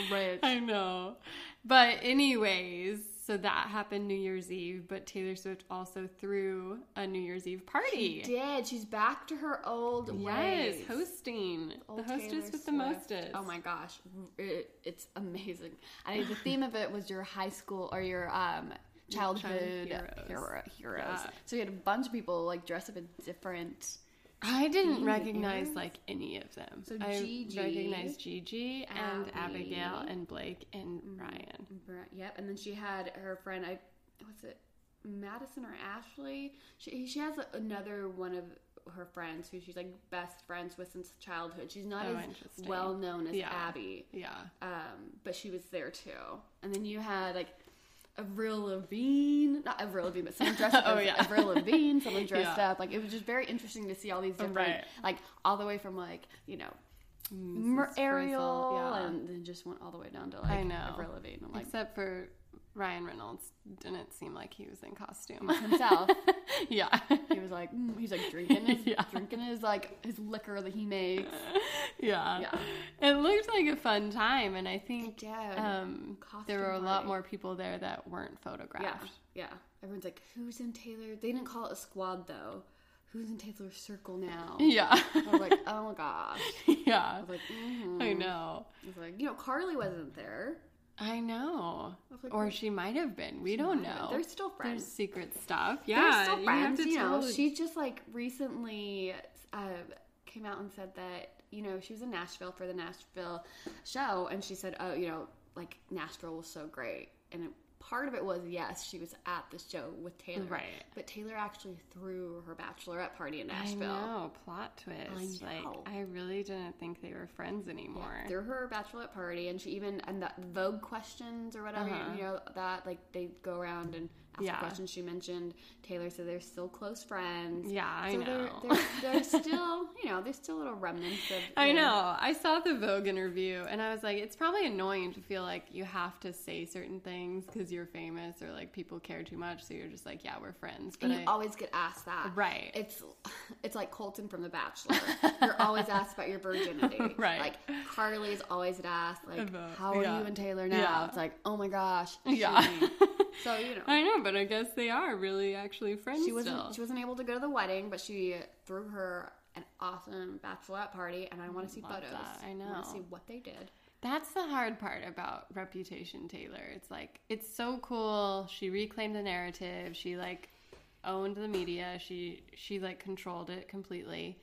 [SPEAKER 3] Great.
[SPEAKER 7] I know. But anyways, so that happened New Year's Eve, but Taylor Swift also threw a New Year's Eve party.
[SPEAKER 3] Did she's back to her old
[SPEAKER 7] Yes,
[SPEAKER 3] ways?
[SPEAKER 7] hosting.
[SPEAKER 3] Old
[SPEAKER 7] the hostess
[SPEAKER 3] Taylor
[SPEAKER 7] with the
[SPEAKER 3] Swift.
[SPEAKER 7] mostest.
[SPEAKER 3] Oh my gosh, it, it's amazing. And the theme of it was your high school or your um, childhood
[SPEAKER 7] heroes.
[SPEAKER 3] hero- heroes.
[SPEAKER 7] Yeah.
[SPEAKER 3] So you had a bunch of people like dress up in different.
[SPEAKER 7] I didn't recognize like any of them.
[SPEAKER 3] Mm-hmm. So
[SPEAKER 7] I
[SPEAKER 3] Gigi,
[SPEAKER 7] recognized Gigi and
[SPEAKER 3] Abby. Mm-hmm.
[SPEAKER 7] Abigail and Blake and Ryan.
[SPEAKER 3] bra- Yep, and then she had her friend. I what's it, Madison or Ashley? She she has another one of her friends who she's like best friends with since childhood. She's not
[SPEAKER 7] Oh,
[SPEAKER 3] as
[SPEAKER 7] interesting.
[SPEAKER 3] well known as
[SPEAKER 7] Yeah.
[SPEAKER 3] Abby.
[SPEAKER 7] Yeah.
[SPEAKER 3] um, but she was there too. And then you had like Avril Lavigne, not Avril Lavigne, but someone dressed up
[SPEAKER 7] <laughs> Oh,
[SPEAKER 3] as
[SPEAKER 7] yeah.
[SPEAKER 3] Avril Lavigne,
[SPEAKER 7] <laughs>
[SPEAKER 3] someone dressed
[SPEAKER 7] Yeah.
[SPEAKER 3] up. Like it was just very interesting to see all these different,
[SPEAKER 7] Right.
[SPEAKER 3] like all the way from like you know Mer-
[SPEAKER 7] Frizzle,
[SPEAKER 3] Ariel,
[SPEAKER 7] yeah.
[SPEAKER 3] and then just went all the way down to like
[SPEAKER 7] I know.
[SPEAKER 3] Avril Lavigne. I'm like
[SPEAKER 7] Except for Ryan Reynolds didn't seem like he was in
[SPEAKER 3] <laughs>
[SPEAKER 7] costume. <laughs>
[SPEAKER 3] himself.
[SPEAKER 7] yeah.
[SPEAKER 3] He was like mm, he's like drinking his
[SPEAKER 7] <laughs> Yeah.
[SPEAKER 3] drinking his like his liquor that he
[SPEAKER 7] <laughs>
[SPEAKER 3] makes.
[SPEAKER 7] yeah.
[SPEAKER 3] Yeah.
[SPEAKER 7] It looked like a fun time and I think
[SPEAKER 3] did.
[SPEAKER 7] um
[SPEAKER 3] Costume
[SPEAKER 7] there were a lot
[SPEAKER 3] party.
[SPEAKER 7] more people there that weren't
[SPEAKER 3] Yeah,
[SPEAKER 7] photographed.
[SPEAKER 3] yeah. Everyone's like, who's in Taylor? They didn't call it a squad though. Who's in Taylor's circle now?
[SPEAKER 7] <laughs> Yeah.
[SPEAKER 3] I was like, oh my gosh.
[SPEAKER 7] yeah.
[SPEAKER 3] I was like, mhm.
[SPEAKER 7] I mm-hmm. know.
[SPEAKER 3] I was like, you know, Carly wasn't there.
[SPEAKER 7] I know.
[SPEAKER 3] was like,
[SPEAKER 7] or
[SPEAKER 3] wait.
[SPEAKER 7] she might have been. We don't know.
[SPEAKER 3] They're still
[SPEAKER 7] There's
[SPEAKER 3] friends.
[SPEAKER 7] secret stuff.
[SPEAKER 3] They're
[SPEAKER 7] Yeah.
[SPEAKER 3] still friends. You, know,
[SPEAKER 7] tell-
[SPEAKER 3] she just like recently uh, came out and said that you know she was in Nashville for the Nashville show, and she said, oh, you know, like Nashville was so great, and it, part of it was yes, she was at the show with Taylor,
[SPEAKER 7] Right.
[SPEAKER 3] But Taylor actually threw her bachelorette party in
[SPEAKER 7] I
[SPEAKER 3] Nashville.
[SPEAKER 7] know. Plot twist.
[SPEAKER 3] know.
[SPEAKER 7] Like, I really didn't think they were friends anymore.
[SPEAKER 3] through her bachelorette party, and she even and the Vogue questions or whatever you know that like they go around and ask
[SPEAKER 7] Uh-huh. Yeah.
[SPEAKER 3] questions. She mentioned Taylor, so they're still close friends.
[SPEAKER 7] Yeah, I
[SPEAKER 3] so
[SPEAKER 7] know.
[SPEAKER 3] They're, they're,
[SPEAKER 7] <laughs>
[SPEAKER 3] they're still you know there's still little remnants of.
[SPEAKER 7] I
[SPEAKER 3] you
[SPEAKER 7] know. I saw the Vogue interview and I was like, it's probably annoying to feel like you have to say certain things because you're famous or like people care too much. So you're just like, yeah, we're friends. But
[SPEAKER 3] And you
[SPEAKER 7] I,
[SPEAKER 3] always get asked that,
[SPEAKER 7] Right.
[SPEAKER 3] It's it's like Colton from The Bachelor. You're always asked about your virginity,
[SPEAKER 7] <laughs> Right.
[SPEAKER 3] Like Carly's always asked, like,
[SPEAKER 7] About-
[SPEAKER 3] "How are
[SPEAKER 7] yeah.
[SPEAKER 3] you and Taylor now?"
[SPEAKER 7] Yeah.
[SPEAKER 3] It's like, "Oh my gosh,
[SPEAKER 7] yeah. <laughs>
[SPEAKER 3] So you know,
[SPEAKER 7] I know, but I guess they are really actually friends
[SPEAKER 3] she wasn't
[SPEAKER 7] still.
[SPEAKER 3] she wasn't able to go to the wedding, but she threw her an awesome bachelorette party, and I want to see
[SPEAKER 7] Love
[SPEAKER 3] photos.
[SPEAKER 7] that. I
[SPEAKER 3] want
[SPEAKER 7] know.
[SPEAKER 3] to see what they did.
[SPEAKER 7] That's the hard part about Reputation Taylor. It's like it's so cool. She reclaimed the narrative. She like owned the media. She she like controlled it completely.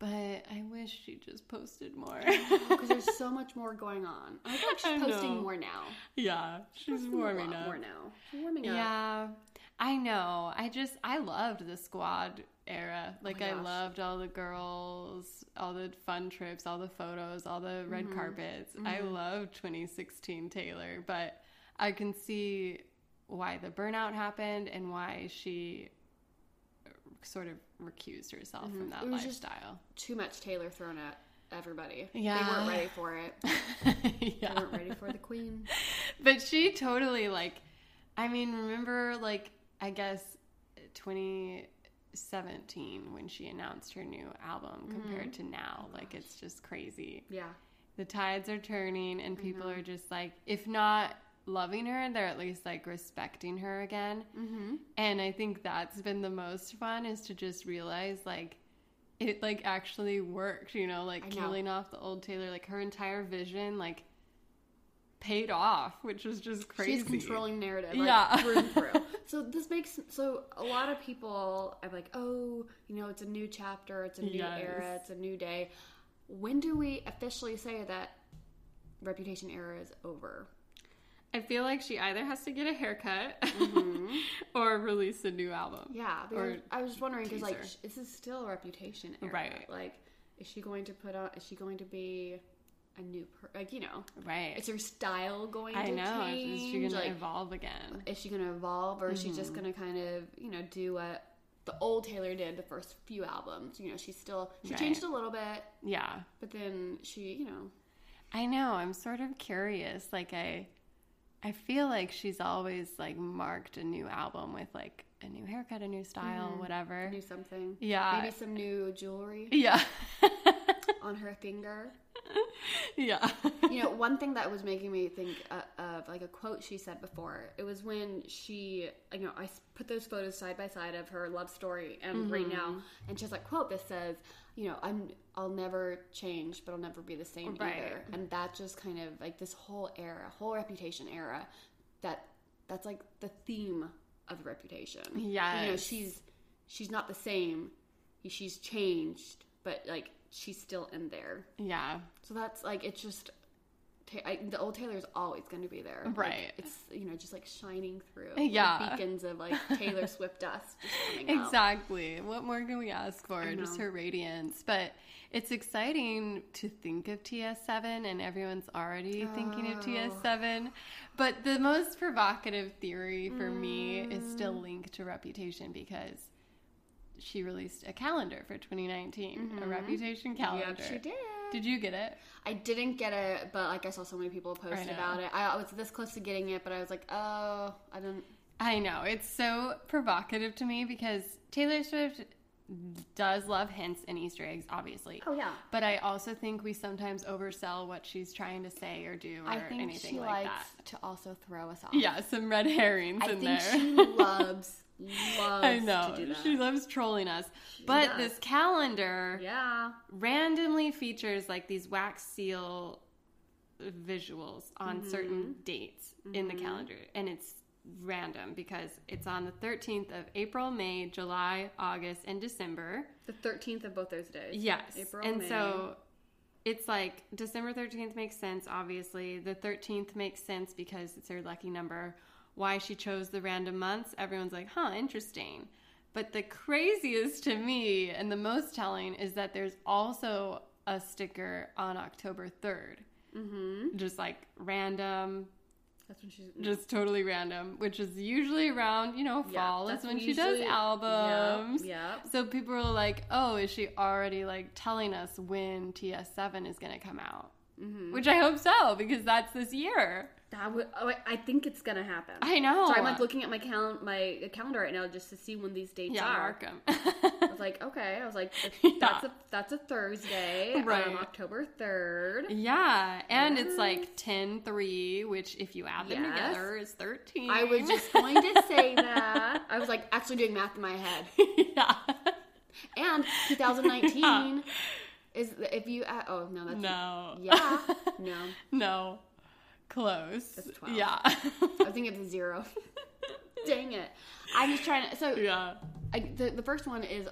[SPEAKER 7] But I wish she just posted more. <laughs>
[SPEAKER 3] Because there's so much more going on. I feel like she's
[SPEAKER 7] I
[SPEAKER 3] posting
[SPEAKER 7] know.
[SPEAKER 3] more now.
[SPEAKER 7] yeah, she's
[SPEAKER 3] Posting a
[SPEAKER 7] warming
[SPEAKER 3] lot
[SPEAKER 7] up.
[SPEAKER 3] More now. She's warming up.
[SPEAKER 7] Yeah. I know. I just I loved the squad era. Like I
[SPEAKER 3] Oh gosh.
[SPEAKER 7] loved all the girls, all the fun trips, all the photos, all the red
[SPEAKER 3] Mm-hmm.
[SPEAKER 7] carpets. I loved 2016 Taylor, but I can see why the burnout happened and why she sort of recused herself from that
[SPEAKER 3] Mm-hmm. It was just- <laughs>
[SPEAKER 7] lifestyle.
[SPEAKER 3] Too much Taylor thrown at everybody. They
[SPEAKER 7] Yeah.
[SPEAKER 3] weren't ready for it.
[SPEAKER 7] yeah.
[SPEAKER 3] They weren't ready for the
[SPEAKER 7] <laughs>
[SPEAKER 3] queen.
[SPEAKER 7] but she totally like i mean remember like i guess 2017 when she announced her new album compared to now like it's just crazy
[SPEAKER 3] Yeah.
[SPEAKER 7] the tides are turning and people
[SPEAKER 3] Mm-hmm.
[SPEAKER 7] are just like if not loving her they're at least like respecting her again mm-hmm. and i think that's been the most fun is to just realize like it like actually worked you know like
[SPEAKER 3] know.
[SPEAKER 7] killing off the old taylor like her entire vision like paid off which was just crazy
[SPEAKER 3] She's controlling narrative, like,
[SPEAKER 7] Yeah.
[SPEAKER 3] through and
[SPEAKER 7] <laughs>
[SPEAKER 3] through. So this makes so a lot of people are like, oh, you know, it's a new chapter, it's a new
[SPEAKER 7] Yes.
[SPEAKER 3] era, it's a new day. When do we officially say that Reputation era is over?
[SPEAKER 7] i feel like she either has to get a haircut <laughs> or release a new album
[SPEAKER 3] Mm-hmm. Yeah, because
[SPEAKER 7] Or
[SPEAKER 3] I was just wondering because like
[SPEAKER 7] teaser.
[SPEAKER 3] sh- this is still a Reputation era,
[SPEAKER 7] Right.
[SPEAKER 3] Like is she going to put on? Is she going to be a new per? Like you know,
[SPEAKER 7] Right.
[SPEAKER 3] is her style going?
[SPEAKER 7] I
[SPEAKER 3] to
[SPEAKER 7] know.
[SPEAKER 3] Change?
[SPEAKER 7] Is she gonna
[SPEAKER 3] Like, uh,
[SPEAKER 7] evolve again?
[SPEAKER 3] Is she going to evolve, or is she
[SPEAKER 7] Mm-hmm.
[SPEAKER 3] just going to kind of you know do what the old Taylor did the first few albums? You know, she's still she
[SPEAKER 7] Right.
[SPEAKER 3] changed a little bit,
[SPEAKER 7] Yeah.
[SPEAKER 3] but then she you know
[SPEAKER 7] I know. I'm sort of curious. Like I I feel like she's always like marked a new album with like a new haircut, a new style, whatever.
[SPEAKER 3] do something.
[SPEAKER 7] Yeah.
[SPEAKER 3] maybe some new jewelry
[SPEAKER 7] <laughs> Yeah. <laughs>
[SPEAKER 3] on her finger.
[SPEAKER 7] yeah.
[SPEAKER 3] you know, one thing that was making me think uh, of like a quote she said before. It was when she, you know, I s- put those photos side by side of her love story and
[SPEAKER 7] Mm-hmm.
[SPEAKER 3] right now, and she has like quote that says, you know, I'm I'll never change, but I'll never be the same
[SPEAKER 7] Right.
[SPEAKER 3] either. And that just kind of like this whole era, whole reputation era, that that's like the theme of reputation. you know,
[SPEAKER 7] Yes.
[SPEAKER 3] she's she's not the same. She's changed, but like she's still in there.
[SPEAKER 7] Yeah.
[SPEAKER 3] So that's like it's just ta- I, the old Taylor's always going to be there, Like,
[SPEAKER 7] Right.
[SPEAKER 3] it's you know just like shining through,
[SPEAKER 7] Yeah.
[SPEAKER 3] like beacons of <laughs> like Taylor Swift dust. Just coming out.
[SPEAKER 7] Exactly. What more can we ask for? Just
[SPEAKER 3] know.
[SPEAKER 7] her radiance. But it's exciting to think of TS7, and everyone's already thinking of
[SPEAKER 3] Oh.
[SPEAKER 7] TS7. But the most provocative theory for me is still
[SPEAKER 3] Mm.
[SPEAKER 7] linked to Reputation because she released a calendar for 2019, a Reputation calendar.
[SPEAKER 3] Mm-hmm. Yep, she did.
[SPEAKER 7] Did you get it?
[SPEAKER 3] I didn't get it, but like I saw so many people post
[SPEAKER 7] know.
[SPEAKER 3] about it. I, I was this close to getting it, but I was like, oh, I don't.
[SPEAKER 7] I know. It's so provocative to me because Taylor Swift does love hints and Easter eggs, obviously.
[SPEAKER 3] Oh, yeah.
[SPEAKER 7] But I also think we sometimes oversell what she's trying to say or do or
[SPEAKER 3] I think
[SPEAKER 7] anything
[SPEAKER 3] she
[SPEAKER 7] like
[SPEAKER 3] likes
[SPEAKER 7] that.
[SPEAKER 3] to also throw us off.
[SPEAKER 7] Yeah, some red herrings
[SPEAKER 3] I
[SPEAKER 7] in
[SPEAKER 3] think <laughs>
[SPEAKER 7] there.
[SPEAKER 3] she loves loves
[SPEAKER 7] <laughs> I know.
[SPEAKER 3] to do that.
[SPEAKER 7] She loves trolling us. but
[SPEAKER 3] does.
[SPEAKER 7] this calendar
[SPEAKER 3] yeah,
[SPEAKER 7] randomly features like these wax seal visuals on certain dates in the calendar and it's random because it's on the 13th of April, May, July, August, and December.
[SPEAKER 3] the thirteenth of both those days.
[SPEAKER 7] Yes.
[SPEAKER 3] April
[SPEAKER 7] and
[SPEAKER 3] May.
[SPEAKER 7] so it's like December 13th makes sense, obviously. The 13th makes sense because it's her lucky number. Why she chose the random months, everyone's like, huh, interesting. But the craziest to me and the most telling is that there's also a sticker on October 3rd. Mm-hmm. Just like random,
[SPEAKER 3] that's when she's
[SPEAKER 7] just totally random, which is usually around, you know,
[SPEAKER 3] Yeah,
[SPEAKER 7] fall. That's,
[SPEAKER 3] that's
[SPEAKER 7] when she
[SPEAKER 3] usually-
[SPEAKER 7] does albums.
[SPEAKER 3] Yeah, yeah.
[SPEAKER 7] So people are like, oh, is she already like telling us when TS7 is going to come out?
[SPEAKER 3] Mm-hmm.
[SPEAKER 7] Which I hope so, because that's this year.
[SPEAKER 3] That would. Oh, I, I think it's gonna happen.
[SPEAKER 7] I know.
[SPEAKER 3] So I'm like looking at my cal- my calendar right now just to see when these dates
[SPEAKER 7] Yeah,
[SPEAKER 3] are.
[SPEAKER 7] Markham.
[SPEAKER 3] I
[SPEAKER 7] <laughs>
[SPEAKER 3] was like, okay. I was like, that's
[SPEAKER 7] Yeah.
[SPEAKER 3] a that's a Thursday,
[SPEAKER 7] Right.
[SPEAKER 3] Um, October third.
[SPEAKER 7] yeah. And it's like 10 3, which if you add them
[SPEAKER 3] Yes.
[SPEAKER 7] together is 13.
[SPEAKER 3] I was just going to say that. I was like actually doing math in my head.
[SPEAKER 7] <laughs> yeah.
[SPEAKER 3] And
[SPEAKER 7] <laughs>
[SPEAKER 3] 2019 is if you add, oh no that's
[SPEAKER 7] No.
[SPEAKER 3] yeah no
[SPEAKER 7] <laughs> No. Close.
[SPEAKER 3] That's 12.
[SPEAKER 7] Yeah. <laughs>
[SPEAKER 3] I <laughs> was thinking it's a zero. Dang it! I'm just trying to. So
[SPEAKER 7] yeah.
[SPEAKER 3] I, the the first one is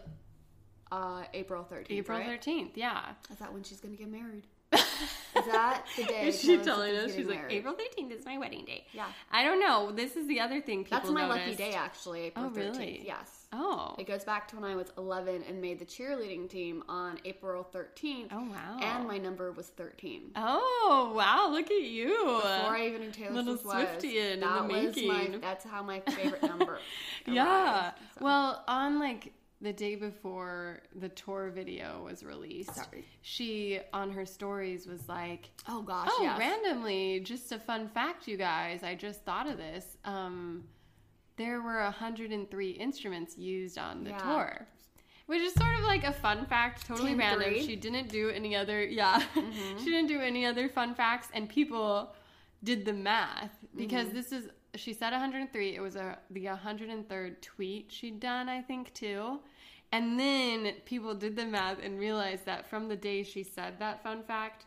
[SPEAKER 3] uh April thirteenth.
[SPEAKER 7] April 13th. Yeah.
[SPEAKER 3] Is that when she's gonna get
[SPEAKER 7] <laughs>
[SPEAKER 3] married? Is that the day?
[SPEAKER 7] Is she
[SPEAKER 3] Taylor Swift
[SPEAKER 7] telling
[SPEAKER 3] is
[SPEAKER 7] us
[SPEAKER 3] getting
[SPEAKER 7] she's like
[SPEAKER 3] married?
[SPEAKER 7] April 13th is my wedding day?
[SPEAKER 3] Yeah.
[SPEAKER 7] I don't know. This is the other thing people
[SPEAKER 3] That's my lucky
[SPEAKER 7] noticed.
[SPEAKER 3] day, actually. April
[SPEAKER 7] Oh, really?
[SPEAKER 3] 13th. Yes.
[SPEAKER 7] Oh.
[SPEAKER 3] It goes back to when I was 11 and made the cheerleading team on April 13th.
[SPEAKER 7] Oh, wow.
[SPEAKER 3] And my number was 13.
[SPEAKER 7] Oh wow! Look at you.
[SPEAKER 3] Before I even knew Taylor
[SPEAKER 7] Little
[SPEAKER 3] Swift was,
[SPEAKER 7] Swiftian in
[SPEAKER 3] that
[SPEAKER 7] the
[SPEAKER 3] was my,
[SPEAKER 7] making.
[SPEAKER 3] that's how my favorite
[SPEAKER 7] <laughs>
[SPEAKER 3] number.
[SPEAKER 7] yeah.
[SPEAKER 3] arrived, so.
[SPEAKER 7] Well, on like the day before the tour video was released,
[SPEAKER 3] Sorry.
[SPEAKER 7] she on her stories was like,
[SPEAKER 3] oh gosh,
[SPEAKER 7] "Oh,
[SPEAKER 3] yes.
[SPEAKER 7] randomly, just a fun fact, you guys. I just thought of this. Um, there were 103 instruments used on the
[SPEAKER 3] Yeah.
[SPEAKER 7] tour." Which is sort of like a fun fact, totally
[SPEAKER 3] Ten
[SPEAKER 7] random.
[SPEAKER 3] three. Mm-hmm.
[SPEAKER 7] She didn't do any other, yeah. <laughs> she didn't do any other fun facts, and people did the math because
[SPEAKER 3] Mm-hmm.
[SPEAKER 7] this is she said 103. It was a the 103rd tweet she'd done, I think, too. And then people did the math and realized that from the day she said that fun fact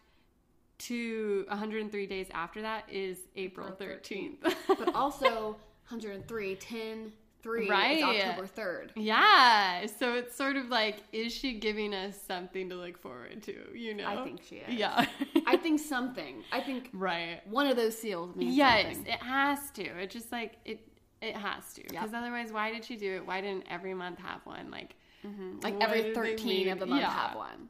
[SPEAKER 7] to 103 days after that is April 13th.
[SPEAKER 3] But also 103, 10, 3
[SPEAKER 7] Right.
[SPEAKER 3] is October 3rd.
[SPEAKER 7] <laughs> <laughs> Yeah. So it's sort of like, is she giving us something to look forward to? You know?
[SPEAKER 3] I think she is.
[SPEAKER 7] Yeah.
[SPEAKER 3] <laughs> I think something. I think
[SPEAKER 7] <laughs> right.
[SPEAKER 3] one of those seals means
[SPEAKER 7] Yes,
[SPEAKER 3] something.
[SPEAKER 7] it has to. It just like it. It has to. Because otherwise, why did she do it? Why didn't every month have one? Like,
[SPEAKER 3] Mm-hmm. Like
[SPEAKER 7] What
[SPEAKER 3] every
[SPEAKER 7] do they
[SPEAKER 3] 13 of the
[SPEAKER 7] mean?
[SPEAKER 3] month
[SPEAKER 7] Yeah.
[SPEAKER 3] have one.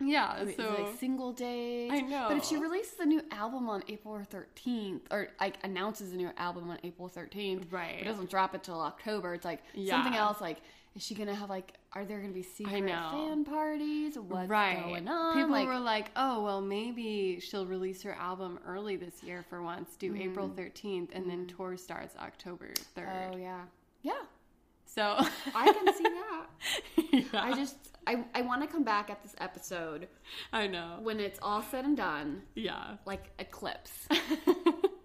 [SPEAKER 7] Yeah,
[SPEAKER 3] It's
[SPEAKER 7] so
[SPEAKER 3] like single days.
[SPEAKER 7] I
[SPEAKER 3] But if she
[SPEAKER 7] know.
[SPEAKER 3] releases a new album on April 13th, or like announces a new album on April 13th,
[SPEAKER 7] Right.
[SPEAKER 3] It doesn't drop it till October. It's like something
[SPEAKER 7] Yeah.
[SPEAKER 3] else. Like, is she gonna have like? Are there gonna be secret
[SPEAKER 7] know.
[SPEAKER 3] fan parties? What's going on?
[SPEAKER 7] People
[SPEAKER 3] like,
[SPEAKER 7] were like, "Oh, well, maybe she'll release her album early this year for once, do
[SPEAKER 3] Mm-hmm.
[SPEAKER 7] April 13th, and then tour starts October 3rd."
[SPEAKER 3] oh yeah, yeah.
[SPEAKER 7] So
[SPEAKER 3] I can see that.
[SPEAKER 7] <laughs> Yeah,
[SPEAKER 3] I just I I want to come back at this episode
[SPEAKER 7] I know.
[SPEAKER 3] when it's all said and done,
[SPEAKER 7] Yeah.
[SPEAKER 3] like
[SPEAKER 7] <laughs>
[SPEAKER 3] eclipse.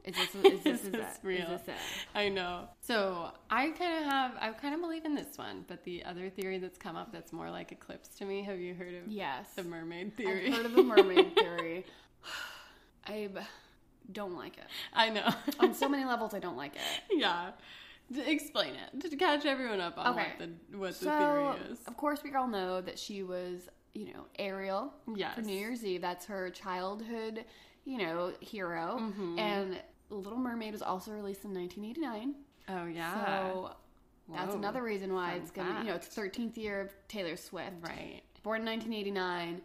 [SPEAKER 3] Is this, is this, <laughs>
[SPEAKER 7] Is
[SPEAKER 3] is
[SPEAKER 7] this
[SPEAKER 3] it? Is
[SPEAKER 7] real?
[SPEAKER 3] this it?
[SPEAKER 7] I know. So I kind of have, I kind of believe in this one, but the other theory that's come up that's more like Eclipse to me. Have you heard of
[SPEAKER 3] Yes.
[SPEAKER 7] the mermaid
[SPEAKER 3] I've
[SPEAKER 7] theory?
[SPEAKER 3] heard of the mermaid theory. I b- don't like it.
[SPEAKER 7] <laughs> I know.
[SPEAKER 3] On so many levels, I don't like it.
[SPEAKER 7] <laughs> yeah. D- Explain it to catch everyone up on
[SPEAKER 3] Okay.
[SPEAKER 7] what the what the
[SPEAKER 3] So,
[SPEAKER 7] theory is.
[SPEAKER 3] of course, we all know that she was, you know, Ariel
[SPEAKER 7] Yes.
[SPEAKER 3] for New Year's Eve. That's her childhood, you know, hero.
[SPEAKER 7] Mm-hmm.
[SPEAKER 3] And Little Mermaid was also released in 1989.
[SPEAKER 7] Oh yeah.
[SPEAKER 3] So that's
[SPEAKER 7] Whoa.
[SPEAKER 3] another reason why
[SPEAKER 7] Fun
[SPEAKER 3] it's gonna, you know, it's
[SPEAKER 7] fact.
[SPEAKER 3] 13th year of Taylor Swift.
[SPEAKER 7] right.
[SPEAKER 3] Born in 1989,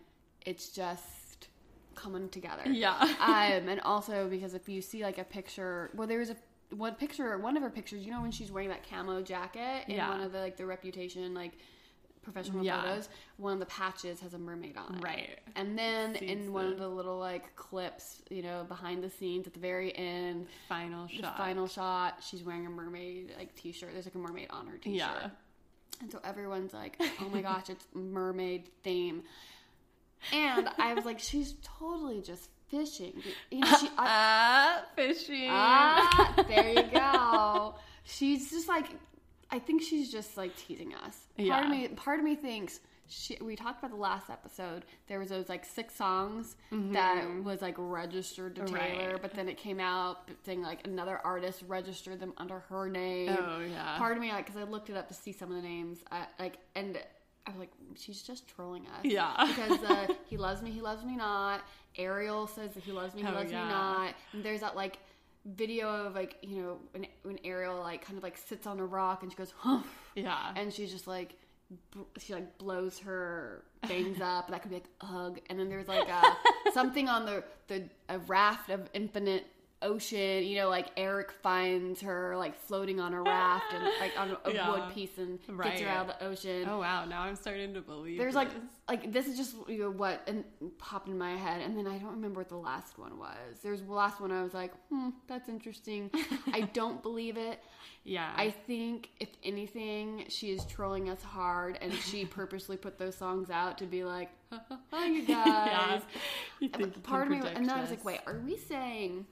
[SPEAKER 3] it's just coming together.
[SPEAKER 7] Yeah.
[SPEAKER 3] <laughs> um,
[SPEAKER 7] <laughs>
[SPEAKER 3] and also because if you see like a picture, well, there was a one picture, one of her pictures. You know when she's wearing that camo jacket in
[SPEAKER 7] Yeah.
[SPEAKER 3] one of the like the Reputation like professional
[SPEAKER 7] Yeah.
[SPEAKER 3] photos. One of the patches has a mermaid on it.
[SPEAKER 7] Right.
[SPEAKER 3] And then in one of
[SPEAKER 7] Season.
[SPEAKER 3] the little like clips, you know, behind the scenes at the very end,
[SPEAKER 7] Final
[SPEAKER 3] the
[SPEAKER 7] shot.
[SPEAKER 3] final shot, she's wearing a mermaid like t-shirt. There's like a mermaid on her t-shirt.
[SPEAKER 7] Yeah.
[SPEAKER 3] And so everyone's like, oh my gosh, it's mermaid theme. And I was like, she's totally just fishing. You know, she, I,
[SPEAKER 7] Ah, fishing.
[SPEAKER 3] ah, there
[SPEAKER 7] <laughs>
[SPEAKER 3] you go. She's just like, I think she's just like teasing us. Part
[SPEAKER 7] Yeah.
[SPEAKER 3] of me, part of me thinks she, we talked about the last episode. There was those like six songs that was like registered to Taylor,
[SPEAKER 7] Mm-hmm. Right.
[SPEAKER 3] but then it came out saying like another artist registered them under her name.
[SPEAKER 7] Oh, yeah.
[SPEAKER 3] Part of me, like, because I looked it up to see some of the names, I, like, and I was like, she's just trolling us.
[SPEAKER 7] Yeah.
[SPEAKER 3] because
[SPEAKER 7] <laughs>
[SPEAKER 3] uh, he loves me, he loves me not. Ariel says that he loves me, he
[SPEAKER 7] Oh,
[SPEAKER 3] loves
[SPEAKER 7] yeah.
[SPEAKER 3] me not. And there's that like video of like you know when, when Ariel like kind of like sits on a rock and she goes, huh.
[SPEAKER 7] Yeah.
[SPEAKER 3] and she's just like. bl- She like blows her
[SPEAKER 7] <laughs>
[SPEAKER 3] bangs up. That could be like ugh. And then there's like a, something on the the a raft of infinite ocean. You know, like Eric finds her like floating on a raft and like on a
[SPEAKER 7] <laughs> Yeah.
[SPEAKER 3] wood piece and gets
[SPEAKER 7] Right.
[SPEAKER 3] her out of the ocean.
[SPEAKER 7] oh wow. Now I'm starting to believe.
[SPEAKER 3] There's like
[SPEAKER 7] this.
[SPEAKER 3] like this is just you know, what and popped in my head, and then I don't remember what the last one was. There's the last one I was like, hmm, that's
[SPEAKER 7] <laughs>
[SPEAKER 3] interesting. I don't believe it.
[SPEAKER 7] yeah.
[SPEAKER 3] I think if anything, she is trolling us hard, and
[SPEAKER 7] <laughs>
[SPEAKER 3] she purposely put those songs out to be like, <laughs> ha, ha, ha, you
[SPEAKER 7] Yeah.
[SPEAKER 3] guys. Uh,
[SPEAKER 7] You think you
[SPEAKER 3] Part of
[SPEAKER 7] can
[SPEAKER 3] me,
[SPEAKER 7] predict
[SPEAKER 3] and then I was
[SPEAKER 7] this.
[SPEAKER 3] like, wait, are we saying?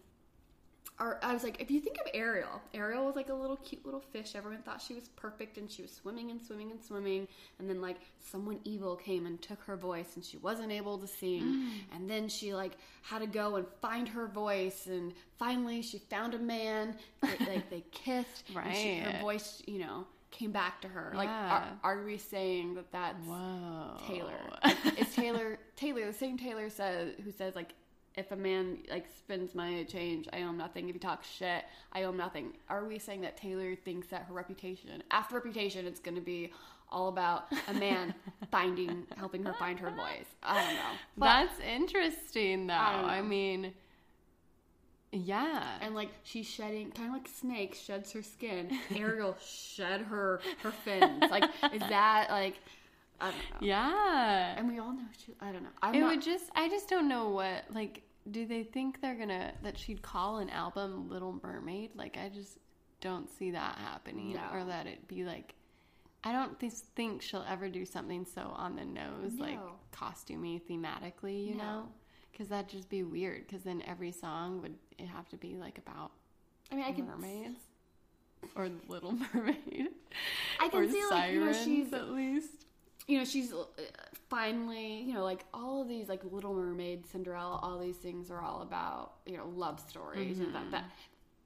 [SPEAKER 3] Or I was like, if you think of Ariel, Ariel was like a little cute little fish. Everyone thought she was perfect, and she was swimming and swimming and swimming. And then like someone evil came and took her voice, and she wasn't able to sing.
[SPEAKER 7] Mm.
[SPEAKER 3] And then she like had to go and find her voice, and finally she found a man. They, like they kissed. and she- her
[SPEAKER 7] Right.
[SPEAKER 3] voice, you know, came back to her. Like,
[SPEAKER 7] Yeah.
[SPEAKER 3] are, are we saying that that's
[SPEAKER 7] Whoa.
[SPEAKER 3] Taylor.
[SPEAKER 7] <laughs>
[SPEAKER 3] Like, it's Oh. Taylor. Taylor, the same Taylor says who says like, if a man like spends my change, I owe him nothing. If he talks shit, I owe him nothing. Are we saying that Taylor thinks that her reputation, after reputation, it's going to be all about a
[SPEAKER 7] <laughs>
[SPEAKER 3] man finding, helping her find her voice? I don't know. But-
[SPEAKER 7] That's interesting, though.
[SPEAKER 3] I don't
[SPEAKER 7] um, I,
[SPEAKER 3] know.
[SPEAKER 7] mean, yeah.
[SPEAKER 3] and like she's shedding, kind of like Snake sheds her skin.
[SPEAKER 7] <laughs>
[SPEAKER 3] Ariel shed her her fins. Like is that like? I don't know.
[SPEAKER 7] yeah.
[SPEAKER 3] And we all know she. I don't know. I'm
[SPEAKER 7] It
[SPEAKER 3] not-
[SPEAKER 7] would just, I just don't know what, like, do they think they're gonna, that she'd call an album Little Mermaid? Like, I just don't see that happening.
[SPEAKER 3] No.
[SPEAKER 7] Or that it'd be like, I don't thi- think she'll ever do something so on the nose, like
[SPEAKER 3] No.
[SPEAKER 7] costumey thematically, you
[SPEAKER 3] No.
[SPEAKER 7] know? Because that'd just be weird. Because then every song would it have to be like about
[SPEAKER 3] I mean, I can
[SPEAKER 7] mermaids or Little <laughs> Mermaid.
[SPEAKER 3] I can
[SPEAKER 7] or
[SPEAKER 3] see
[SPEAKER 7] sirens,
[SPEAKER 3] like you know she's
[SPEAKER 7] at least.
[SPEAKER 3] <laughs> you know she's uh, finally you know like all of these like Little Mermaid, Cinderella, all these things are all about you know love stories and that that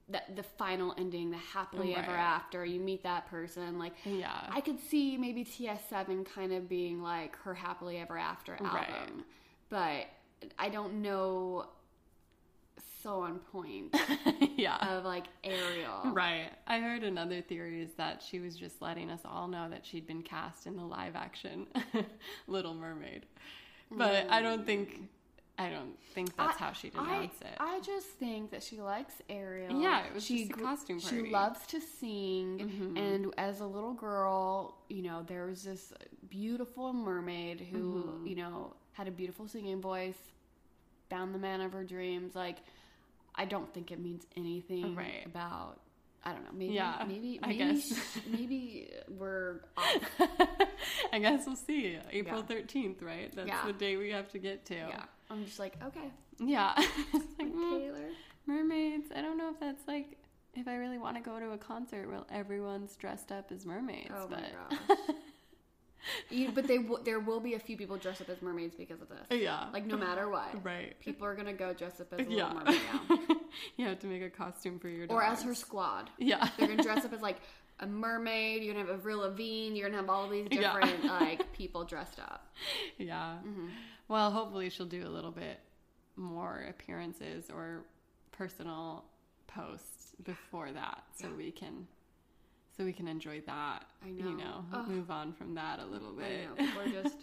[SPEAKER 3] that the final ending, the happily ever
[SPEAKER 7] Mm-hmm. Right.
[SPEAKER 3] after. You meet that person like
[SPEAKER 7] Yeah.
[SPEAKER 3] I could see maybe TS7 kind of being like her happily ever after album,
[SPEAKER 7] Right.
[SPEAKER 3] but I don't know so on
[SPEAKER 7] <laughs>
[SPEAKER 3] point
[SPEAKER 7] yeah.
[SPEAKER 3] of like Ariel.
[SPEAKER 7] Um, Right. I heard another theory is that she was <laughs> just letting us all know that she'd been cast in the live action Little Mermaid. But I don't think I don't think that's how she
[SPEAKER 3] I-
[SPEAKER 7] denounced it.
[SPEAKER 3] I just think that she likes Ariel.
[SPEAKER 7] Yeah, it was just a
[SPEAKER 3] gr-
[SPEAKER 7] costume
[SPEAKER 3] She
[SPEAKER 7] party. Mm-hmm.
[SPEAKER 3] loves to sing, and as a little girl, you know, there was this beautiful mermaid who,
[SPEAKER 7] Mm-hmm.
[SPEAKER 3] you know, had a beautiful singing voice, found the man of her dreams. Like, I don't think it means anything
[SPEAKER 7] Right.
[SPEAKER 3] about. I don't know. Maybe,
[SPEAKER 7] Yeah,
[SPEAKER 3] maybe,
[SPEAKER 7] I
[SPEAKER 3] maybe,
[SPEAKER 7] guess.
[SPEAKER 3] sh- maybe we're
[SPEAKER 7] <laughs>
[SPEAKER 3] off.
[SPEAKER 7] I guess we'll see. April
[SPEAKER 3] Yeah.
[SPEAKER 7] thirteenth, right? That's
[SPEAKER 3] Yeah.
[SPEAKER 7] the day we have to get to.
[SPEAKER 3] Yeah, I'm just like, okay,
[SPEAKER 7] Yeah. <laughs> It's like, mm,
[SPEAKER 3] Taylor.
[SPEAKER 7] mermaids. I don't know if that's like if I really want to go to a concert where everyone's dressed up as mermaids.
[SPEAKER 3] Oh
[SPEAKER 7] but
[SPEAKER 3] my gosh. you, but they w- there will be a few people dressed up as mermaids because of this.
[SPEAKER 7] <laughs> Yeah.
[SPEAKER 3] Like no matter what,
[SPEAKER 7] <laughs> Right.
[SPEAKER 3] People are gonna go dressed up as a little
[SPEAKER 7] yeah.
[SPEAKER 3] mermaid now,
[SPEAKER 7] <laughs> you have to make a costume for your dog.
[SPEAKER 3] or as her squad.
[SPEAKER 7] <laughs> Yeah.
[SPEAKER 3] They're gonna dress up as like a mermaid. You're gonna have Avril Lavigne. You're gonna have all these
[SPEAKER 7] Yeah. <laughs>
[SPEAKER 3] different like people dressed up.
[SPEAKER 7] <laughs> Yeah.
[SPEAKER 3] Mm-hmm.
[SPEAKER 7] Well, hopefully she'll do a little bit more appearances or personal posts before that, so we can, so we can enjoy that.
[SPEAKER 3] I know.
[SPEAKER 7] You know,
[SPEAKER 3] Ugh.
[SPEAKER 7] move on from that a little
[SPEAKER 3] I
[SPEAKER 7] bit.
[SPEAKER 3] know people are just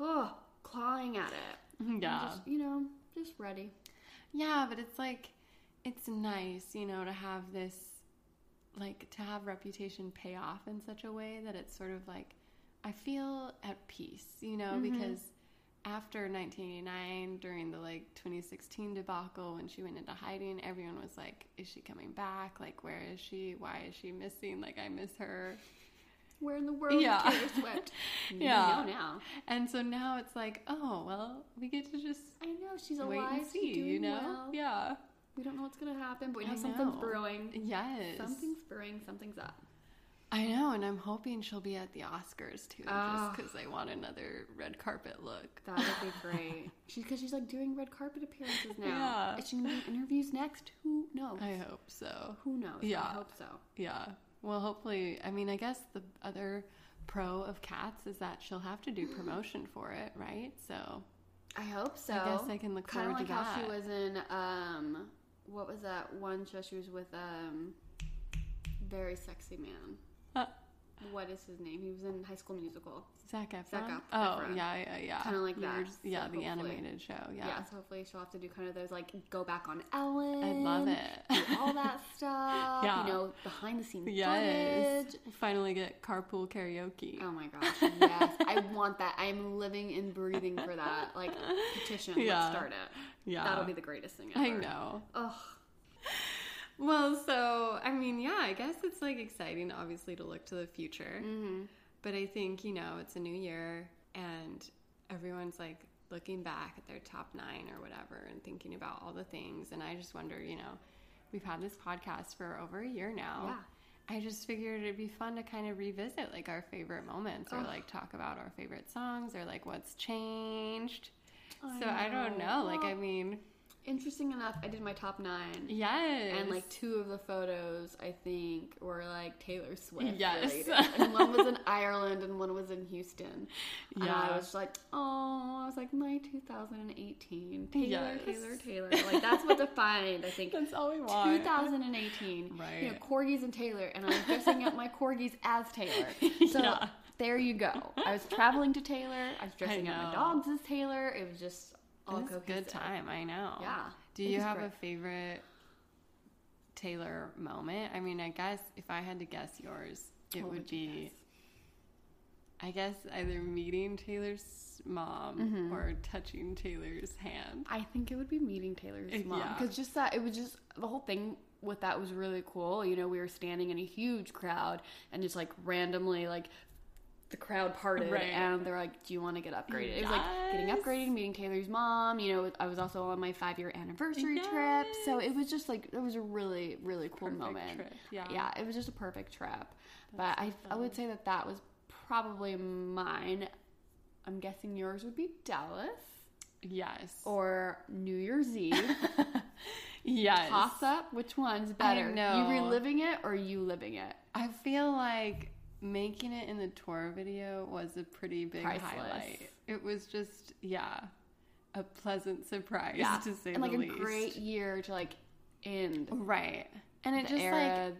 [SPEAKER 3] oh clawing at it.
[SPEAKER 7] <laughs> yeah.
[SPEAKER 3] Just you know, just ready.
[SPEAKER 7] Yeah, but it's like it's nice, you know, to have this like to have reputation pay off in such a way that it's sort of like I feel at peace, you know,
[SPEAKER 3] Mm-hmm.
[SPEAKER 7] because after 1989 during the like 2016 debacle when she went into hiding, everyone was like is she coming back? Like where is she? Why is she missing? Like I miss her.
[SPEAKER 3] Where in the world is
[SPEAKER 7] Yeah.
[SPEAKER 3] Taylor
[SPEAKER 7] <laughs>
[SPEAKER 3] Swift? We
[SPEAKER 7] Yeah.
[SPEAKER 3] know now.
[SPEAKER 7] And so now it's like, oh, well, we get to just
[SPEAKER 3] I know she's
[SPEAKER 7] wait
[SPEAKER 3] alive.
[SPEAKER 7] and
[SPEAKER 3] she's
[SPEAKER 7] see,
[SPEAKER 3] doing
[SPEAKER 7] you know?
[SPEAKER 3] well.
[SPEAKER 7] Yeah.
[SPEAKER 3] We don't know what's gonna happen, but we
[SPEAKER 7] I
[SPEAKER 3] know something's
[SPEAKER 7] know.
[SPEAKER 3] brewing.
[SPEAKER 7] Yes.
[SPEAKER 3] Something's brewing. Something's up.
[SPEAKER 7] I know, and I'm hoping she'll be at the Oscars too,
[SPEAKER 3] Ah.
[SPEAKER 7] just because I want another red carpet look.
[SPEAKER 3] That would be great. <laughs> She's because she's like doing red carpet appearances now.
[SPEAKER 7] Yeah.
[SPEAKER 3] Is she gonna do interviews next? Who knows?
[SPEAKER 7] I hope so.
[SPEAKER 3] Who knows?
[SPEAKER 7] Yeah.
[SPEAKER 3] I hope so.
[SPEAKER 7] Yeah. Well, hopefully, I mean, I guess the other pro of Cats is that she'll have to do
[SPEAKER 3] Hmm.
[SPEAKER 7] promotion for it, right? So,
[SPEAKER 3] I hope so.
[SPEAKER 7] guess I can look
[SPEAKER 3] Kinda
[SPEAKER 7] forward to
[SPEAKER 3] like how she
[SPEAKER 7] that.
[SPEAKER 3] was in um, what was that one show she was with um, very sexy man.
[SPEAKER 7] uh,
[SPEAKER 3] What is his name? He was in High School Musical.
[SPEAKER 7] Zac Efron.
[SPEAKER 3] Ef-
[SPEAKER 7] oh,
[SPEAKER 3] Efron.
[SPEAKER 7] yeah, yeah, yeah.
[SPEAKER 3] Kinda like
[SPEAKER 7] We
[SPEAKER 3] that.
[SPEAKER 7] were just-
[SPEAKER 3] So
[SPEAKER 7] yeah, the
[SPEAKER 3] hopefully-
[SPEAKER 7] animated show. Yeah.
[SPEAKER 3] Yeah. so hopefully she'll have to do kind of those like go back on Ellen.
[SPEAKER 7] I love it.
[SPEAKER 3] do all that stuff.
[SPEAKER 7] Yeah.
[SPEAKER 3] You know, behind the scenes
[SPEAKER 7] <laughs> Yes.
[SPEAKER 3] footage.
[SPEAKER 7] Finally get carpool karaoke.
[SPEAKER 3] Oh my gosh, yes. I want that. I'm living and breathing for that. Like petition,
[SPEAKER 7] Yeah.
[SPEAKER 3] let's start it.
[SPEAKER 7] Yeah.
[SPEAKER 3] That'll be the greatest thing ever.
[SPEAKER 7] I know.
[SPEAKER 3] Ugh.
[SPEAKER 7] Well, so I mean, yeah, I guess it's like exciting, obviously, to look to the future. But I think you know it's a new year, and everyone's like looking back at their top nine or whatever, and thinking about all the things. And I just wonder, you know, we've had this podcast for over a year now.
[SPEAKER 3] Yeah.
[SPEAKER 7] I just figured it'd be fun to kind of revisit like our favorite moments or like talk about our favorite songs or like what's changed. so I don't know. Like, I mean,
[SPEAKER 3] Interesting enough, I did my top nine.
[SPEAKER 7] yes.
[SPEAKER 3] And like two of the photos, I think, were like Taylor Swift.
[SPEAKER 7] Yes.
[SPEAKER 3] related. and one was in Ireland and one was in Houston. And
[SPEAKER 7] Yeah.
[SPEAKER 3] I was like, oh, I was like, my 2018. Taylor,
[SPEAKER 7] Yes.
[SPEAKER 3] Taylor, Taylor. Like, that's what defined, I think.
[SPEAKER 7] <laughs> That's all we want.
[SPEAKER 3] 2018. You know,
[SPEAKER 7] Right.
[SPEAKER 3] corgis and Taylor. And I was dressing up my corgis as Taylor. So
[SPEAKER 7] <laughs> Yeah.
[SPEAKER 3] there you go. I was traveling to Taylor. I was dressing up my
[SPEAKER 7] know.
[SPEAKER 3] dogs as Taylor. It was just all
[SPEAKER 7] It's a
[SPEAKER 3] cohesive.
[SPEAKER 7] good time, I know.
[SPEAKER 3] Yeah,
[SPEAKER 7] Do
[SPEAKER 3] it
[SPEAKER 7] you
[SPEAKER 3] was
[SPEAKER 7] have a
[SPEAKER 3] great.
[SPEAKER 7] favorite Taylor moment? I mean, I guess if I had to guess yours, it would, be, I guess, either meeting Taylor's mom
[SPEAKER 3] Mm-hmm.
[SPEAKER 7] or touching Taylor's hand.
[SPEAKER 3] I think it would be meeting Taylor's
[SPEAKER 7] Eh,
[SPEAKER 3] mom
[SPEAKER 7] yeah.
[SPEAKER 3] because just that it was just the whole thing with that was really cool. You know, we were standing in a huge crowd and just like randomly like the crowd parted
[SPEAKER 7] Right.
[SPEAKER 3] and they're like, "Do you want to get upgraded?" It was like getting
[SPEAKER 7] Yes.
[SPEAKER 3] upgraded, meeting Taylor's mom. You know, I was also on my five year anniversary trip, so it was just like it was a really really cool
[SPEAKER 7] Perfect
[SPEAKER 3] moment.
[SPEAKER 7] trip, yeah.
[SPEAKER 3] yeah, it was just a perfect trip. but I I would say that that was probably mine. I'm guessing yours would be Dallas
[SPEAKER 7] Yes.
[SPEAKER 3] or New Year's
[SPEAKER 7] <laughs>
[SPEAKER 3] Eve.
[SPEAKER 7] yes.
[SPEAKER 3] Toss up, which one's better?
[SPEAKER 7] know.
[SPEAKER 3] You reliving it or you living it?
[SPEAKER 7] I feel like making it in the tour video was a pretty big
[SPEAKER 3] Priceless.
[SPEAKER 7] highlight. It was just, yeah, a pleasant surprise to say
[SPEAKER 3] and like
[SPEAKER 7] the
[SPEAKER 3] a
[SPEAKER 7] least.
[SPEAKER 3] great year to like end
[SPEAKER 7] Right. And it
[SPEAKER 3] the
[SPEAKER 7] just like
[SPEAKER 3] era,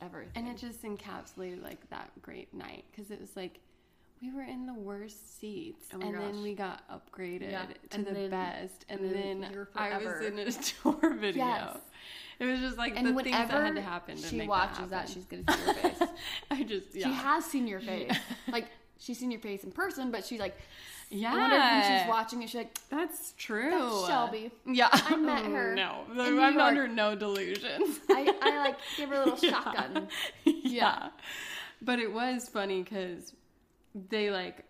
[SPEAKER 3] everything.
[SPEAKER 7] and it just encapsulated like that great night because it was like we were in the worst seats,
[SPEAKER 3] Oh my
[SPEAKER 7] and
[SPEAKER 3] gosh.
[SPEAKER 7] then we got upgraded
[SPEAKER 3] Yeah.
[SPEAKER 7] to
[SPEAKER 3] And
[SPEAKER 7] the
[SPEAKER 3] then-
[SPEAKER 7] best, and,
[SPEAKER 3] and then
[SPEAKER 7] then,
[SPEAKER 3] you're
[SPEAKER 7] I was
[SPEAKER 3] forever.
[SPEAKER 7] in a <laughs> tour video.
[SPEAKER 3] Yes.
[SPEAKER 7] It was just like
[SPEAKER 3] And
[SPEAKER 7] the things that
[SPEAKER 3] whenever
[SPEAKER 7] had to happen. To
[SPEAKER 3] she
[SPEAKER 7] make
[SPEAKER 3] watches that,
[SPEAKER 7] that, happen.
[SPEAKER 3] she's gonna see your face.
[SPEAKER 7] <laughs> I just yeah.
[SPEAKER 3] She has seen your face. like she's seen your face in person, but she like
[SPEAKER 7] yeah.
[SPEAKER 3] I wonder when she's watching it. She's like,
[SPEAKER 7] That's true.
[SPEAKER 3] That's Shelby.
[SPEAKER 7] Yeah.
[SPEAKER 3] I met
[SPEAKER 7] <laughs>
[SPEAKER 3] her
[SPEAKER 7] No,
[SPEAKER 3] in
[SPEAKER 7] I'm
[SPEAKER 3] New York.
[SPEAKER 7] under no delusions.
[SPEAKER 3] I, I like give her a little shotgun.
[SPEAKER 7] <laughs> yeah. But it was funny because they like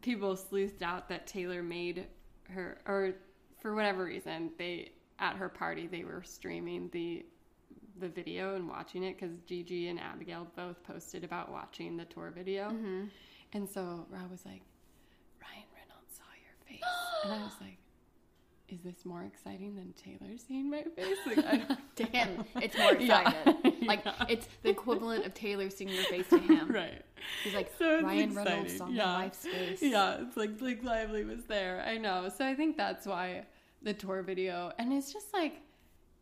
[SPEAKER 7] people sleuthed out that Taylor made her or for whatever reason they at her party they were streaming the the video and watching it because Gigi and Abigail both posted about watching the tour video, and so Rob was like, "Ryan Reynolds saw your face," and <gasps> I was like. Is this more exciting than Taylor seeing my face? Like, <laughs> I don't
[SPEAKER 3] To him, it's more excited.
[SPEAKER 7] <laughs>
[SPEAKER 3] Like it's the equivalent of Taylor seeing your face to him.
[SPEAKER 7] right.
[SPEAKER 3] He's like
[SPEAKER 7] So it's
[SPEAKER 3] Ryan
[SPEAKER 7] exciting.
[SPEAKER 3] Reynolds saw
[SPEAKER 7] yeah.
[SPEAKER 3] my wife's face.
[SPEAKER 7] Yeah, it's like Blake Lively was there. I know. So I think that's why the tour video, and it's just like,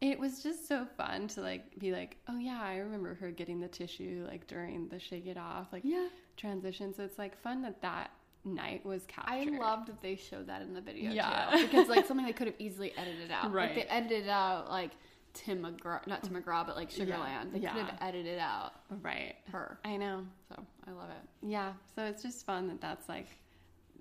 [SPEAKER 7] it was just so fun to like be like, oh yeah, I remember her getting the tissue like during the Shake It Off like
[SPEAKER 3] Yeah.
[SPEAKER 7] transition. So it's like fun that that night was
[SPEAKER 3] I
[SPEAKER 7] captured.
[SPEAKER 3] love that they showed that in the video
[SPEAKER 7] Yeah.
[SPEAKER 3] too, because like something they could have easily edited out.
[SPEAKER 7] Right.
[SPEAKER 3] Like, they edited out like Tim McGraw, not Tim McGraw, but like Sugarland. They could
[SPEAKER 7] Yeah.
[SPEAKER 3] have edited out
[SPEAKER 7] right.
[SPEAKER 3] her.
[SPEAKER 7] I know.
[SPEAKER 3] So I love it.
[SPEAKER 7] Yeah. So it's just fun that that's like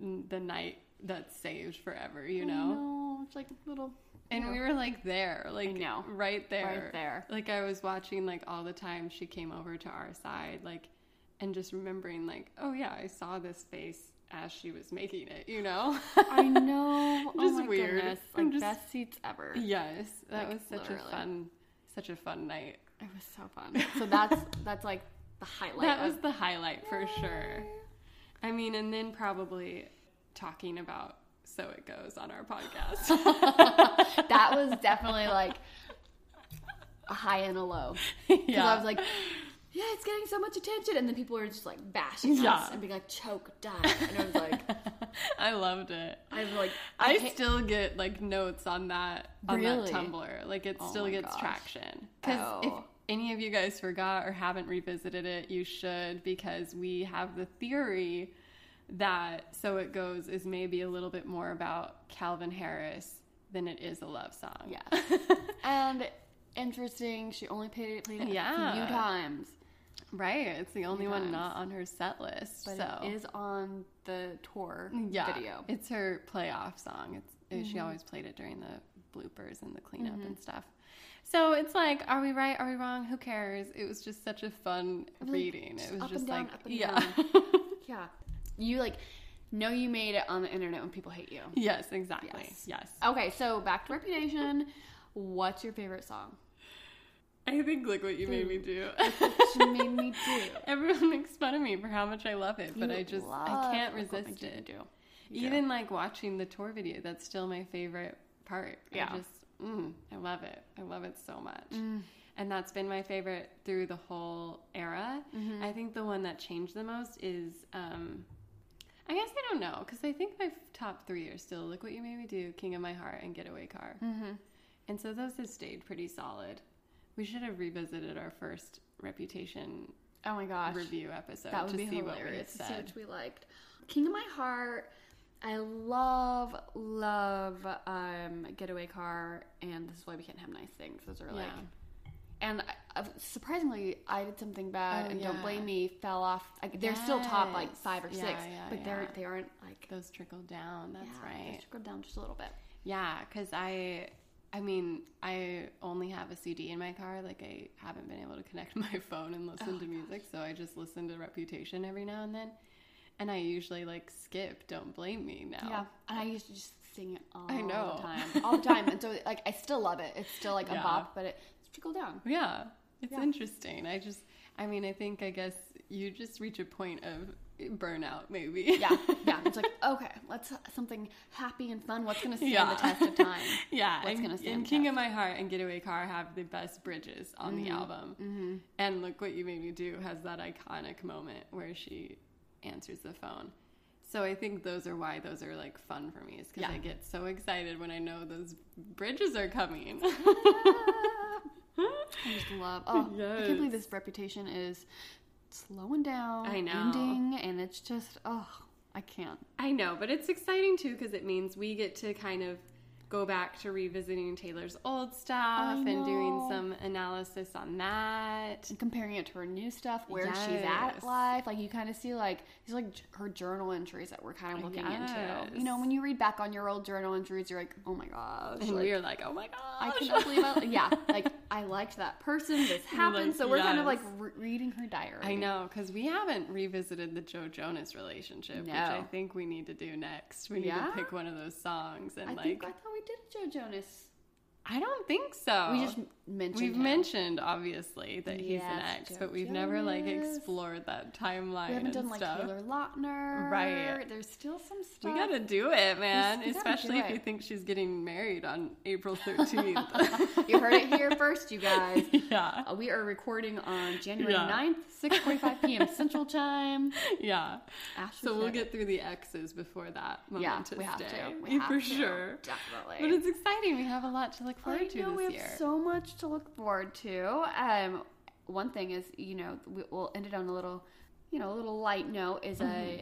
[SPEAKER 7] n- the night that's saved forever. You know.
[SPEAKER 3] no, it's like
[SPEAKER 7] <laughs>
[SPEAKER 3] little.
[SPEAKER 7] And we were like there, like
[SPEAKER 3] know.
[SPEAKER 7] right there,
[SPEAKER 3] Right there.
[SPEAKER 7] Like I was watching like all the time she came over to our side, like, and just remembering like, oh yeah, I saw this face as she was making it, you know?
[SPEAKER 3] <laughs> I know.
[SPEAKER 7] Just
[SPEAKER 3] <laughs> oh my
[SPEAKER 7] weird.
[SPEAKER 3] goodness.
[SPEAKER 7] I'm
[SPEAKER 3] Like
[SPEAKER 7] just-
[SPEAKER 3] best seats ever.
[SPEAKER 7] yes, <laughs> that
[SPEAKER 3] Like,
[SPEAKER 7] was such
[SPEAKER 3] literally.
[SPEAKER 7] a fun, such a fun night.
[SPEAKER 3] It was so
[SPEAKER 7] <laughs>
[SPEAKER 3] fun. So that's that's like the highlight.
[SPEAKER 7] that was
[SPEAKER 3] of,
[SPEAKER 7] the highlight for sure. I mean, and then probably talking about so it goes on
[SPEAKER 3] <laughs>
[SPEAKER 7] our podcast.
[SPEAKER 3] that was definitely like a high and a low. Because
[SPEAKER 7] <laughs> yeah,
[SPEAKER 3] I was like, yeah, it's getting so much attention, and then people were just like bashing
[SPEAKER 7] Yeah.
[SPEAKER 3] us and being like, choke, die, and I was like, <laughs>
[SPEAKER 7] I loved it.
[SPEAKER 3] I was like,
[SPEAKER 7] I
[SPEAKER 3] can't-
[SPEAKER 7] still get like notes on that on
[SPEAKER 3] Really? Oh
[SPEAKER 7] that Tumblr. Like it still
[SPEAKER 3] my
[SPEAKER 7] gets
[SPEAKER 3] gosh.
[SPEAKER 7] traction. Because if
[SPEAKER 3] Oh.
[SPEAKER 7] any of you guys forgot or haven't revisited it, you should because we have the theory that So It Goes is maybe a little bit more about Calvin Harris than it is a love song.
[SPEAKER 3] yeah. and interesting, she only played it, played it a
[SPEAKER 7] Yeah.
[SPEAKER 3] few times,
[SPEAKER 7] <laughs> Right. It's the only one
[SPEAKER 3] times.
[SPEAKER 7] not on her set list.
[SPEAKER 3] but
[SPEAKER 7] so
[SPEAKER 3] it is on the tour
[SPEAKER 7] yeah,
[SPEAKER 3] video. Mm-hmm.
[SPEAKER 7] It's her playoff song. It's it- she always played it during the bloopers and the cleanup and stuff. So it's like, are we right? Are we wrong? Who cares? It was just such a fun reading. it was
[SPEAKER 3] up
[SPEAKER 7] just
[SPEAKER 3] and down,
[SPEAKER 7] like,
[SPEAKER 3] up and
[SPEAKER 7] yeah,
[SPEAKER 3] yeah, you like know you made it on the internet when people hate you.
[SPEAKER 7] <laughs> yes, exactly, yes.
[SPEAKER 3] Yes. Okay, so back to Reputation. What's your favorite <laughs> song?
[SPEAKER 7] I think look what you made me do.
[SPEAKER 3] <laughs> She made me do.
[SPEAKER 7] <laughs> Everyone makes fun of me for how much I love it, but
[SPEAKER 3] You
[SPEAKER 7] I just I
[SPEAKER 3] love
[SPEAKER 7] can't
[SPEAKER 3] Look What
[SPEAKER 7] resist
[SPEAKER 3] Made You
[SPEAKER 7] it.
[SPEAKER 3] Do.
[SPEAKER 7] Even like watching the tour video, that's still my favorite part.
[SPEAKER 3] Yeah. Mm.
[SPEAKER 7] I just, mm, I love it. I love it so much. And that's been my favorite through the whole era.
[SPEAKER 3] Mm-hmm.
[SPEAKER 7] I think the one that changed the most is, um, I guess I don't know, because I think my f- top three are still Look What You Made Me Do, King of My Heart, and Getaway Car.
[SPEAKER 3] Mm-hmm.
[SPEAKER 7] And so those have stayed pretty solid. We should have revisited our first reputation
[SPEAKER 3] Oh my gosh,
[SPEAKER 7] review episode
[SPEAKER 3] that would
[SPEAKER 7] uh, to
[SPEAKER 3] be
[SPEAKER 7] see what we had
[SPEAKER 3] hilarious. to see
[SPEAKER 7] said.
[SPEAKER 3] which we liked. King of My Heart. I love, love um, Getaway Car, and this is why we can't have nice things. Those are like,
[SPEAKER 7] Yeah.
[SPEAKER 3] and I, I've- surprisingly, I did something bad,
[SPEAKER 7] Oh,
[SPEAKER 3] and Don't
[SPEAKER 7] yeah.
[SPEAKER 3] Blame Me fell off. Like, they're still top like
[SPEAKER 7] Yes.
[SPEAKER 3] five or
[SPEAKER 7] Yeah,
[SPEAKER 3] six,
[SPEAKER 7] yeah,
[SPEAKER 3] but they're
[SPEAKER 7] yeah.
[SPEAKER 3] they aren't like
[SPEAKER 7] Those trickle down. That's
[SPEAKER 3] yeah, they
[SPEAKER 7] right.
[SPEAKER 3] should Go down just a little bit.
[SPEAKER 7] Yeah, because I, I mean, I only have a CD in my car. Like, I haven't been able to connect <laughs> my phone and listen to music, so I just listen to Reputation every now and then. And I usually like skip. Don't blame me now.
[SPEAKER 3] Yeah, and I used to just sing it all
[SPEAKER 7] I know.
[SPEAKER 3] the
[SPEAKER 7] <laughs>
[SPEAKER 3] time, all the time, and so like I still love it. It's still like
[SPEAKER 7] Yeah.
[SPEAKER 3] a bop, but it, it's trickled down.
[SPEAKER 7] Yeah, it's
[SPEAKER 3] Yeah.
[SPEAKER 7] interesting. I just, I mean, I think I guess you just reach a point of burnout, maybe.
[SPEAKER 3] Yeah, yeah. It's like okay, let's something happy and fun. What's gonna stand
[SPEAKER 7] Yeah.
[SPEAKER 3] the test of time?
[SPEAKER 7] <laughs> Yeah,
[SPEAKER 3] What's
[SPEAKER 7] and,
[SPEAKER 3] gonna stand
[SPEAKER 7] and
[SPEAKER 3] the
[SPEAKER 7] King
[SPEAKER 3] test?
[SPEAKER 7] of My Heart and Getaway Car have the best bridges on the album. Mm-hmm. And Look What You Made Me Do has that iconic moment where she answers the phone. So I think those are why those are like fun for me is because
[SPEAKER 3] Yeah.
[SPEAKER 7] I get so excited when I know those bridges
[SPEAKER 3] <laughs>
[SPEAKER 7] are coming. <laughs>
[SPEAKER 3] I just love. Oh, I can't believe this reputation is slowing down.
[SPEAKER 7] I know.
[SPEAKER 3] Ending, and it's just oh, I can't.
[SPEAKER 7] I know, but it's exciting too because it means we get to kind of go back to revisiting Taylor's old stuff and doing some analysis on that.
[SPEAKER 3] And comparing it to her new stuff, where she's at
[SPEAKER 7] Yes.
[SPEAKER 3] life, like you kind of see like these like j- her journal entries that we're kind of looking
[SPEAKER 7] Yes.
[SPEAKER 3] into. You know, when you read back on your old journal entries, you're like, oh my gosh,
[SPEAKER 7] And
[SPEAKER 3] like,
[SPEAKER 7] we were like, oh my gosh.
[SPEAKER 3] I cannot <laughs> believe
[SPEAKER 7] <laughs>
[SPEAKER 3] I yeah, like I liked that person. This happened,
[SPEAKER 7] Like,
[SPEAKER 3] so we're kind of
[SPEAKER 7] yes.
[SPEAKER 3] like re- reading her diary.
[SPEAKER 7] I know, because we haven't revisited the Joe Jonas relationship, which
[SPEAKER 3] No.
[SPEAKER 7] I think we need to do next. We need
[SPEAKER 3] Yeah?
[SPEAKER 7] to pick one of those songs and
[SPEAKER 3] I
[SPEAKER 7] like
[SPEAKER 3] think I thought we did Joe Jonas.
[SPEAKER 7] I don't think so.
[SPEAKER 3] We just m- mentioned
[SPEAKER 7] Oh. We've
[SPEAKER 3] him.
[SPEAKER 7] mentioned obviously that he's an
[SPEAKER 3] Yes,
[SPEAKER 7] ex,
[SPEAKER 3] Joe
[SPEAKER 7] but we've never like
[SPEAKER 3] Jonas.
[SPEAKER 7] explored that timeline.
[SPEAKER 3] We haven't
[SPEAKER 7] and
[SPEAKER 3] done like
[SPEAKER 7] stuff.
[SPEAKER 3] Taylor Lautner.
[SPEAKER 7] Right.
[SPEAKER 3] There's still some stuff.
[SPEAKER 7] We gotta do it, man.
[SPEAKER 3] we gotta
[SPEAKER 7] Especially
[SPEAKER 3] do
[SPEAKER 7] if you
[SPEAKER 3] it.
[SPEAKER 7] think she's getting married on
[SPEAKER 3] <laughs>
[SPEAKER 7] April thirteenth. <laughs>
[SPEAKER 3] You heard it here first, you guys.
[SPEAKER 7] yeah,
[SPEAKER 3] Uh, we are recording on January
[SPEAKER 7] Yeah.
[SPEAKER 3] 9th, 6.45
[SPEAKER 7] <laughs>
[SPEAKER 3] p.m. Central Time.
[SPEAKER 7] yeah.
[SPEAKER 3] Ashley
[SPEAKER 7] So we'll
[SPEAKER 3] said
[SPEAKER 7] get through the exes before that
[SPEAKER 3] Yeah,
[SPEAKER 7] momentous
[SPEAKER 3] we have
[SPEAKER 7] day,
[SPEAKER 3] to. We have
[SPEAKER 7] <laughs> for
[SPEAKER 3] to.
[SPEAKER 7] sure.
[SPEAKER 3] Definitely.
[SPEAKER 7] But it's exciting. We have a lot to look forward
[SPEAKER 3] I
[SPEAKER 7] to
[SPEAKER 3] know,
[SPEAKER 7] this
[SPEAKER 3] we have
[SPEAKER 7] year.
[SPEAKER 3] so much to look forward to. Um, one thing is, you know, we, we'll end it on a little, you know, a little light note is uh
[SPEAKER 7] Mm-hmm.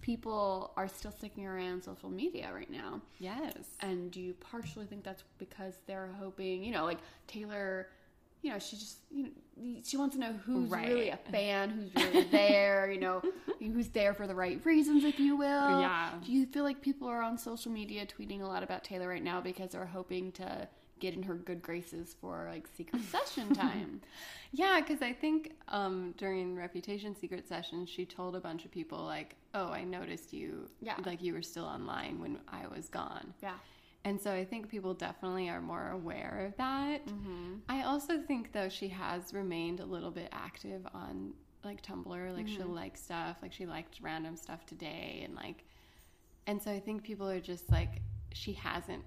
[SPEAKER 3] people are still sticking around social media right now.
[SPEAKER 7] yes.
[SPEAKER 3] And do you partially think that's because they're hoping, you know, like Taylor, you know, she just, you know, she wants to know who's
[SPEAKER 7] Right.
[SPEAKER 3] really a fan, who's really there, you
[SPEAKER 7] <laughs>
[SPEAKER 3] know, who's there for the right reasons, if you will.
[SPEAKER 7] Yeah.
[SPEAKER 3] Do you feel like people are on social media tweeting a lot about Taylor right now because they're hoping to get in her good graces for like secret
[SPEAKER 7] <laughs>
[SPEAKER 3] session time?
[SPEAKER 7] Yeah, because I think um, during Reputation Secret Session, she told a bunch of people, like, oh, I noticed you.
[SPEAKER 3] Yeah.
[SPEAKER 7] Like, you were still online when I was gone.
[SPEAKER 3] Yeah.
[SPEAKER 7] And so I think people definitely are more aware of that. I also think, though, she has remained a little bit active on like Tumblr. Like, she'll like stuff. Like, she liked random stuff today. And like, and so I think people are just like, she hasn't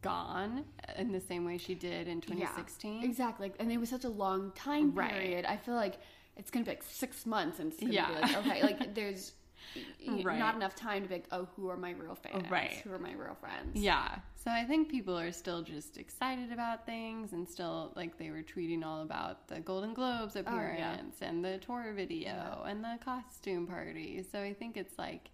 [SPEAKER 7] gone in the same way she did in 2016.
[SPEAKER 3] Exactly. And it was such a long time
[SPEAKER 7] Right.
[SPEAKER 3] period. I feel like it's going to be like six months and it's going to
[SPEAKER 7] Yeah.
[SPEAKER 3] be like, okay, like
[SPEAKER 7] <laughs>
[SPEAKER 3] there's y-
[SPEAKER 7] Right.
[SPEAKER 3] not enough time to be like, oh, who are my real fans?
[SPEAKER 7] Right.
[SPEAKER 3] Who are my real friends?
[SPEAKER 7] Yeah. So I think people are still just excited about things and still like they were tweeting all about the Golden Globes
[SPEAKER 3] yeah.
[SPEAKER 7] appearance and the tour video and the costume party. So I think it's like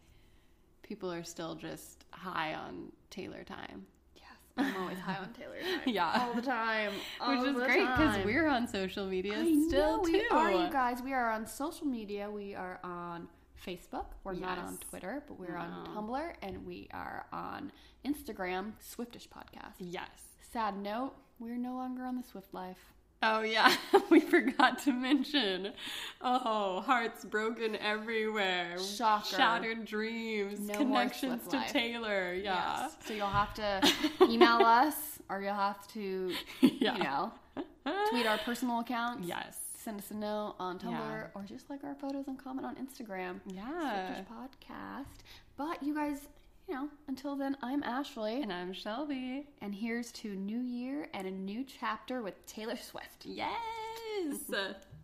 [SPEAKER 7] people are still just high on Taylor time.
[SPEAKER 3] Yes. I'm always high on Taylor. Time.
[SPEAKER 7] <laughs> Yeah.
[SPEAKER 3] All the time. all
[SPEAKER 7] <laughs> Which is
[SPEAKER 3] the
[SPEAKER 7] great because
[SPEAKER 3] time.
[SPEAKER 7] we're on social media
[SPEAKER 3] I know
[SPEAKER 7] still too.
[SPEAKER 3] we are, you guys. We are on social media. We are on Facebook. We're not on
[SPEAKER 7] Yes.
[SPEAKER 3] Twitter, but we're on Tumblr and we are on Instagram, Swiftish Podcast.
[SPEAKER 7] Yes.
[SPEAKER 3] Sad note, we're no longer on the Swift Life.
[SPEAKER 7] Oh yeah, <laughs> we forgot to mention. Oh, hearts broken everywhere.
[SPEAKER 3] Shocker.
[SPEAKER 7] Shattered dreams.
[SPEAKER 3] No more
[SPEAKER 7] connections
[SPEAKER 3] Swift
[SPEAKER 7] to
[SPEAKER 3] life.
[SPEAKER 7] Taylor. Yeah.
[SPEAKER 3] Yes. So you'll have to
[SPEAKER 7] <laughs>
[SPEAKER 3] email us or you'll have to,
[SPEAKER 7] Yeah.
[SPEAKER 3] you know, tweet our personal accounts.
[SPEAKER 7] Yes.
[SPEAKER 3] Send us a note on Tumblr
[SPEAKER 7] Yeah.
[SPEAKER 3] or just like our photos and comment on Instagram.
[SPEAKER 7] Yeah.
[SPEAKER 3] Swiftish Podcast. But you guys, you know, until then, I'm Ashley.
[SPEAKER 7] And I'm Shelby.
[SPEAKER 3] And
[SPEAKER 7] <laughs>
[SPEAKER 3] here's to New Year and a new chapter with Taylor Swift.
[SPEAKER 7] Yes.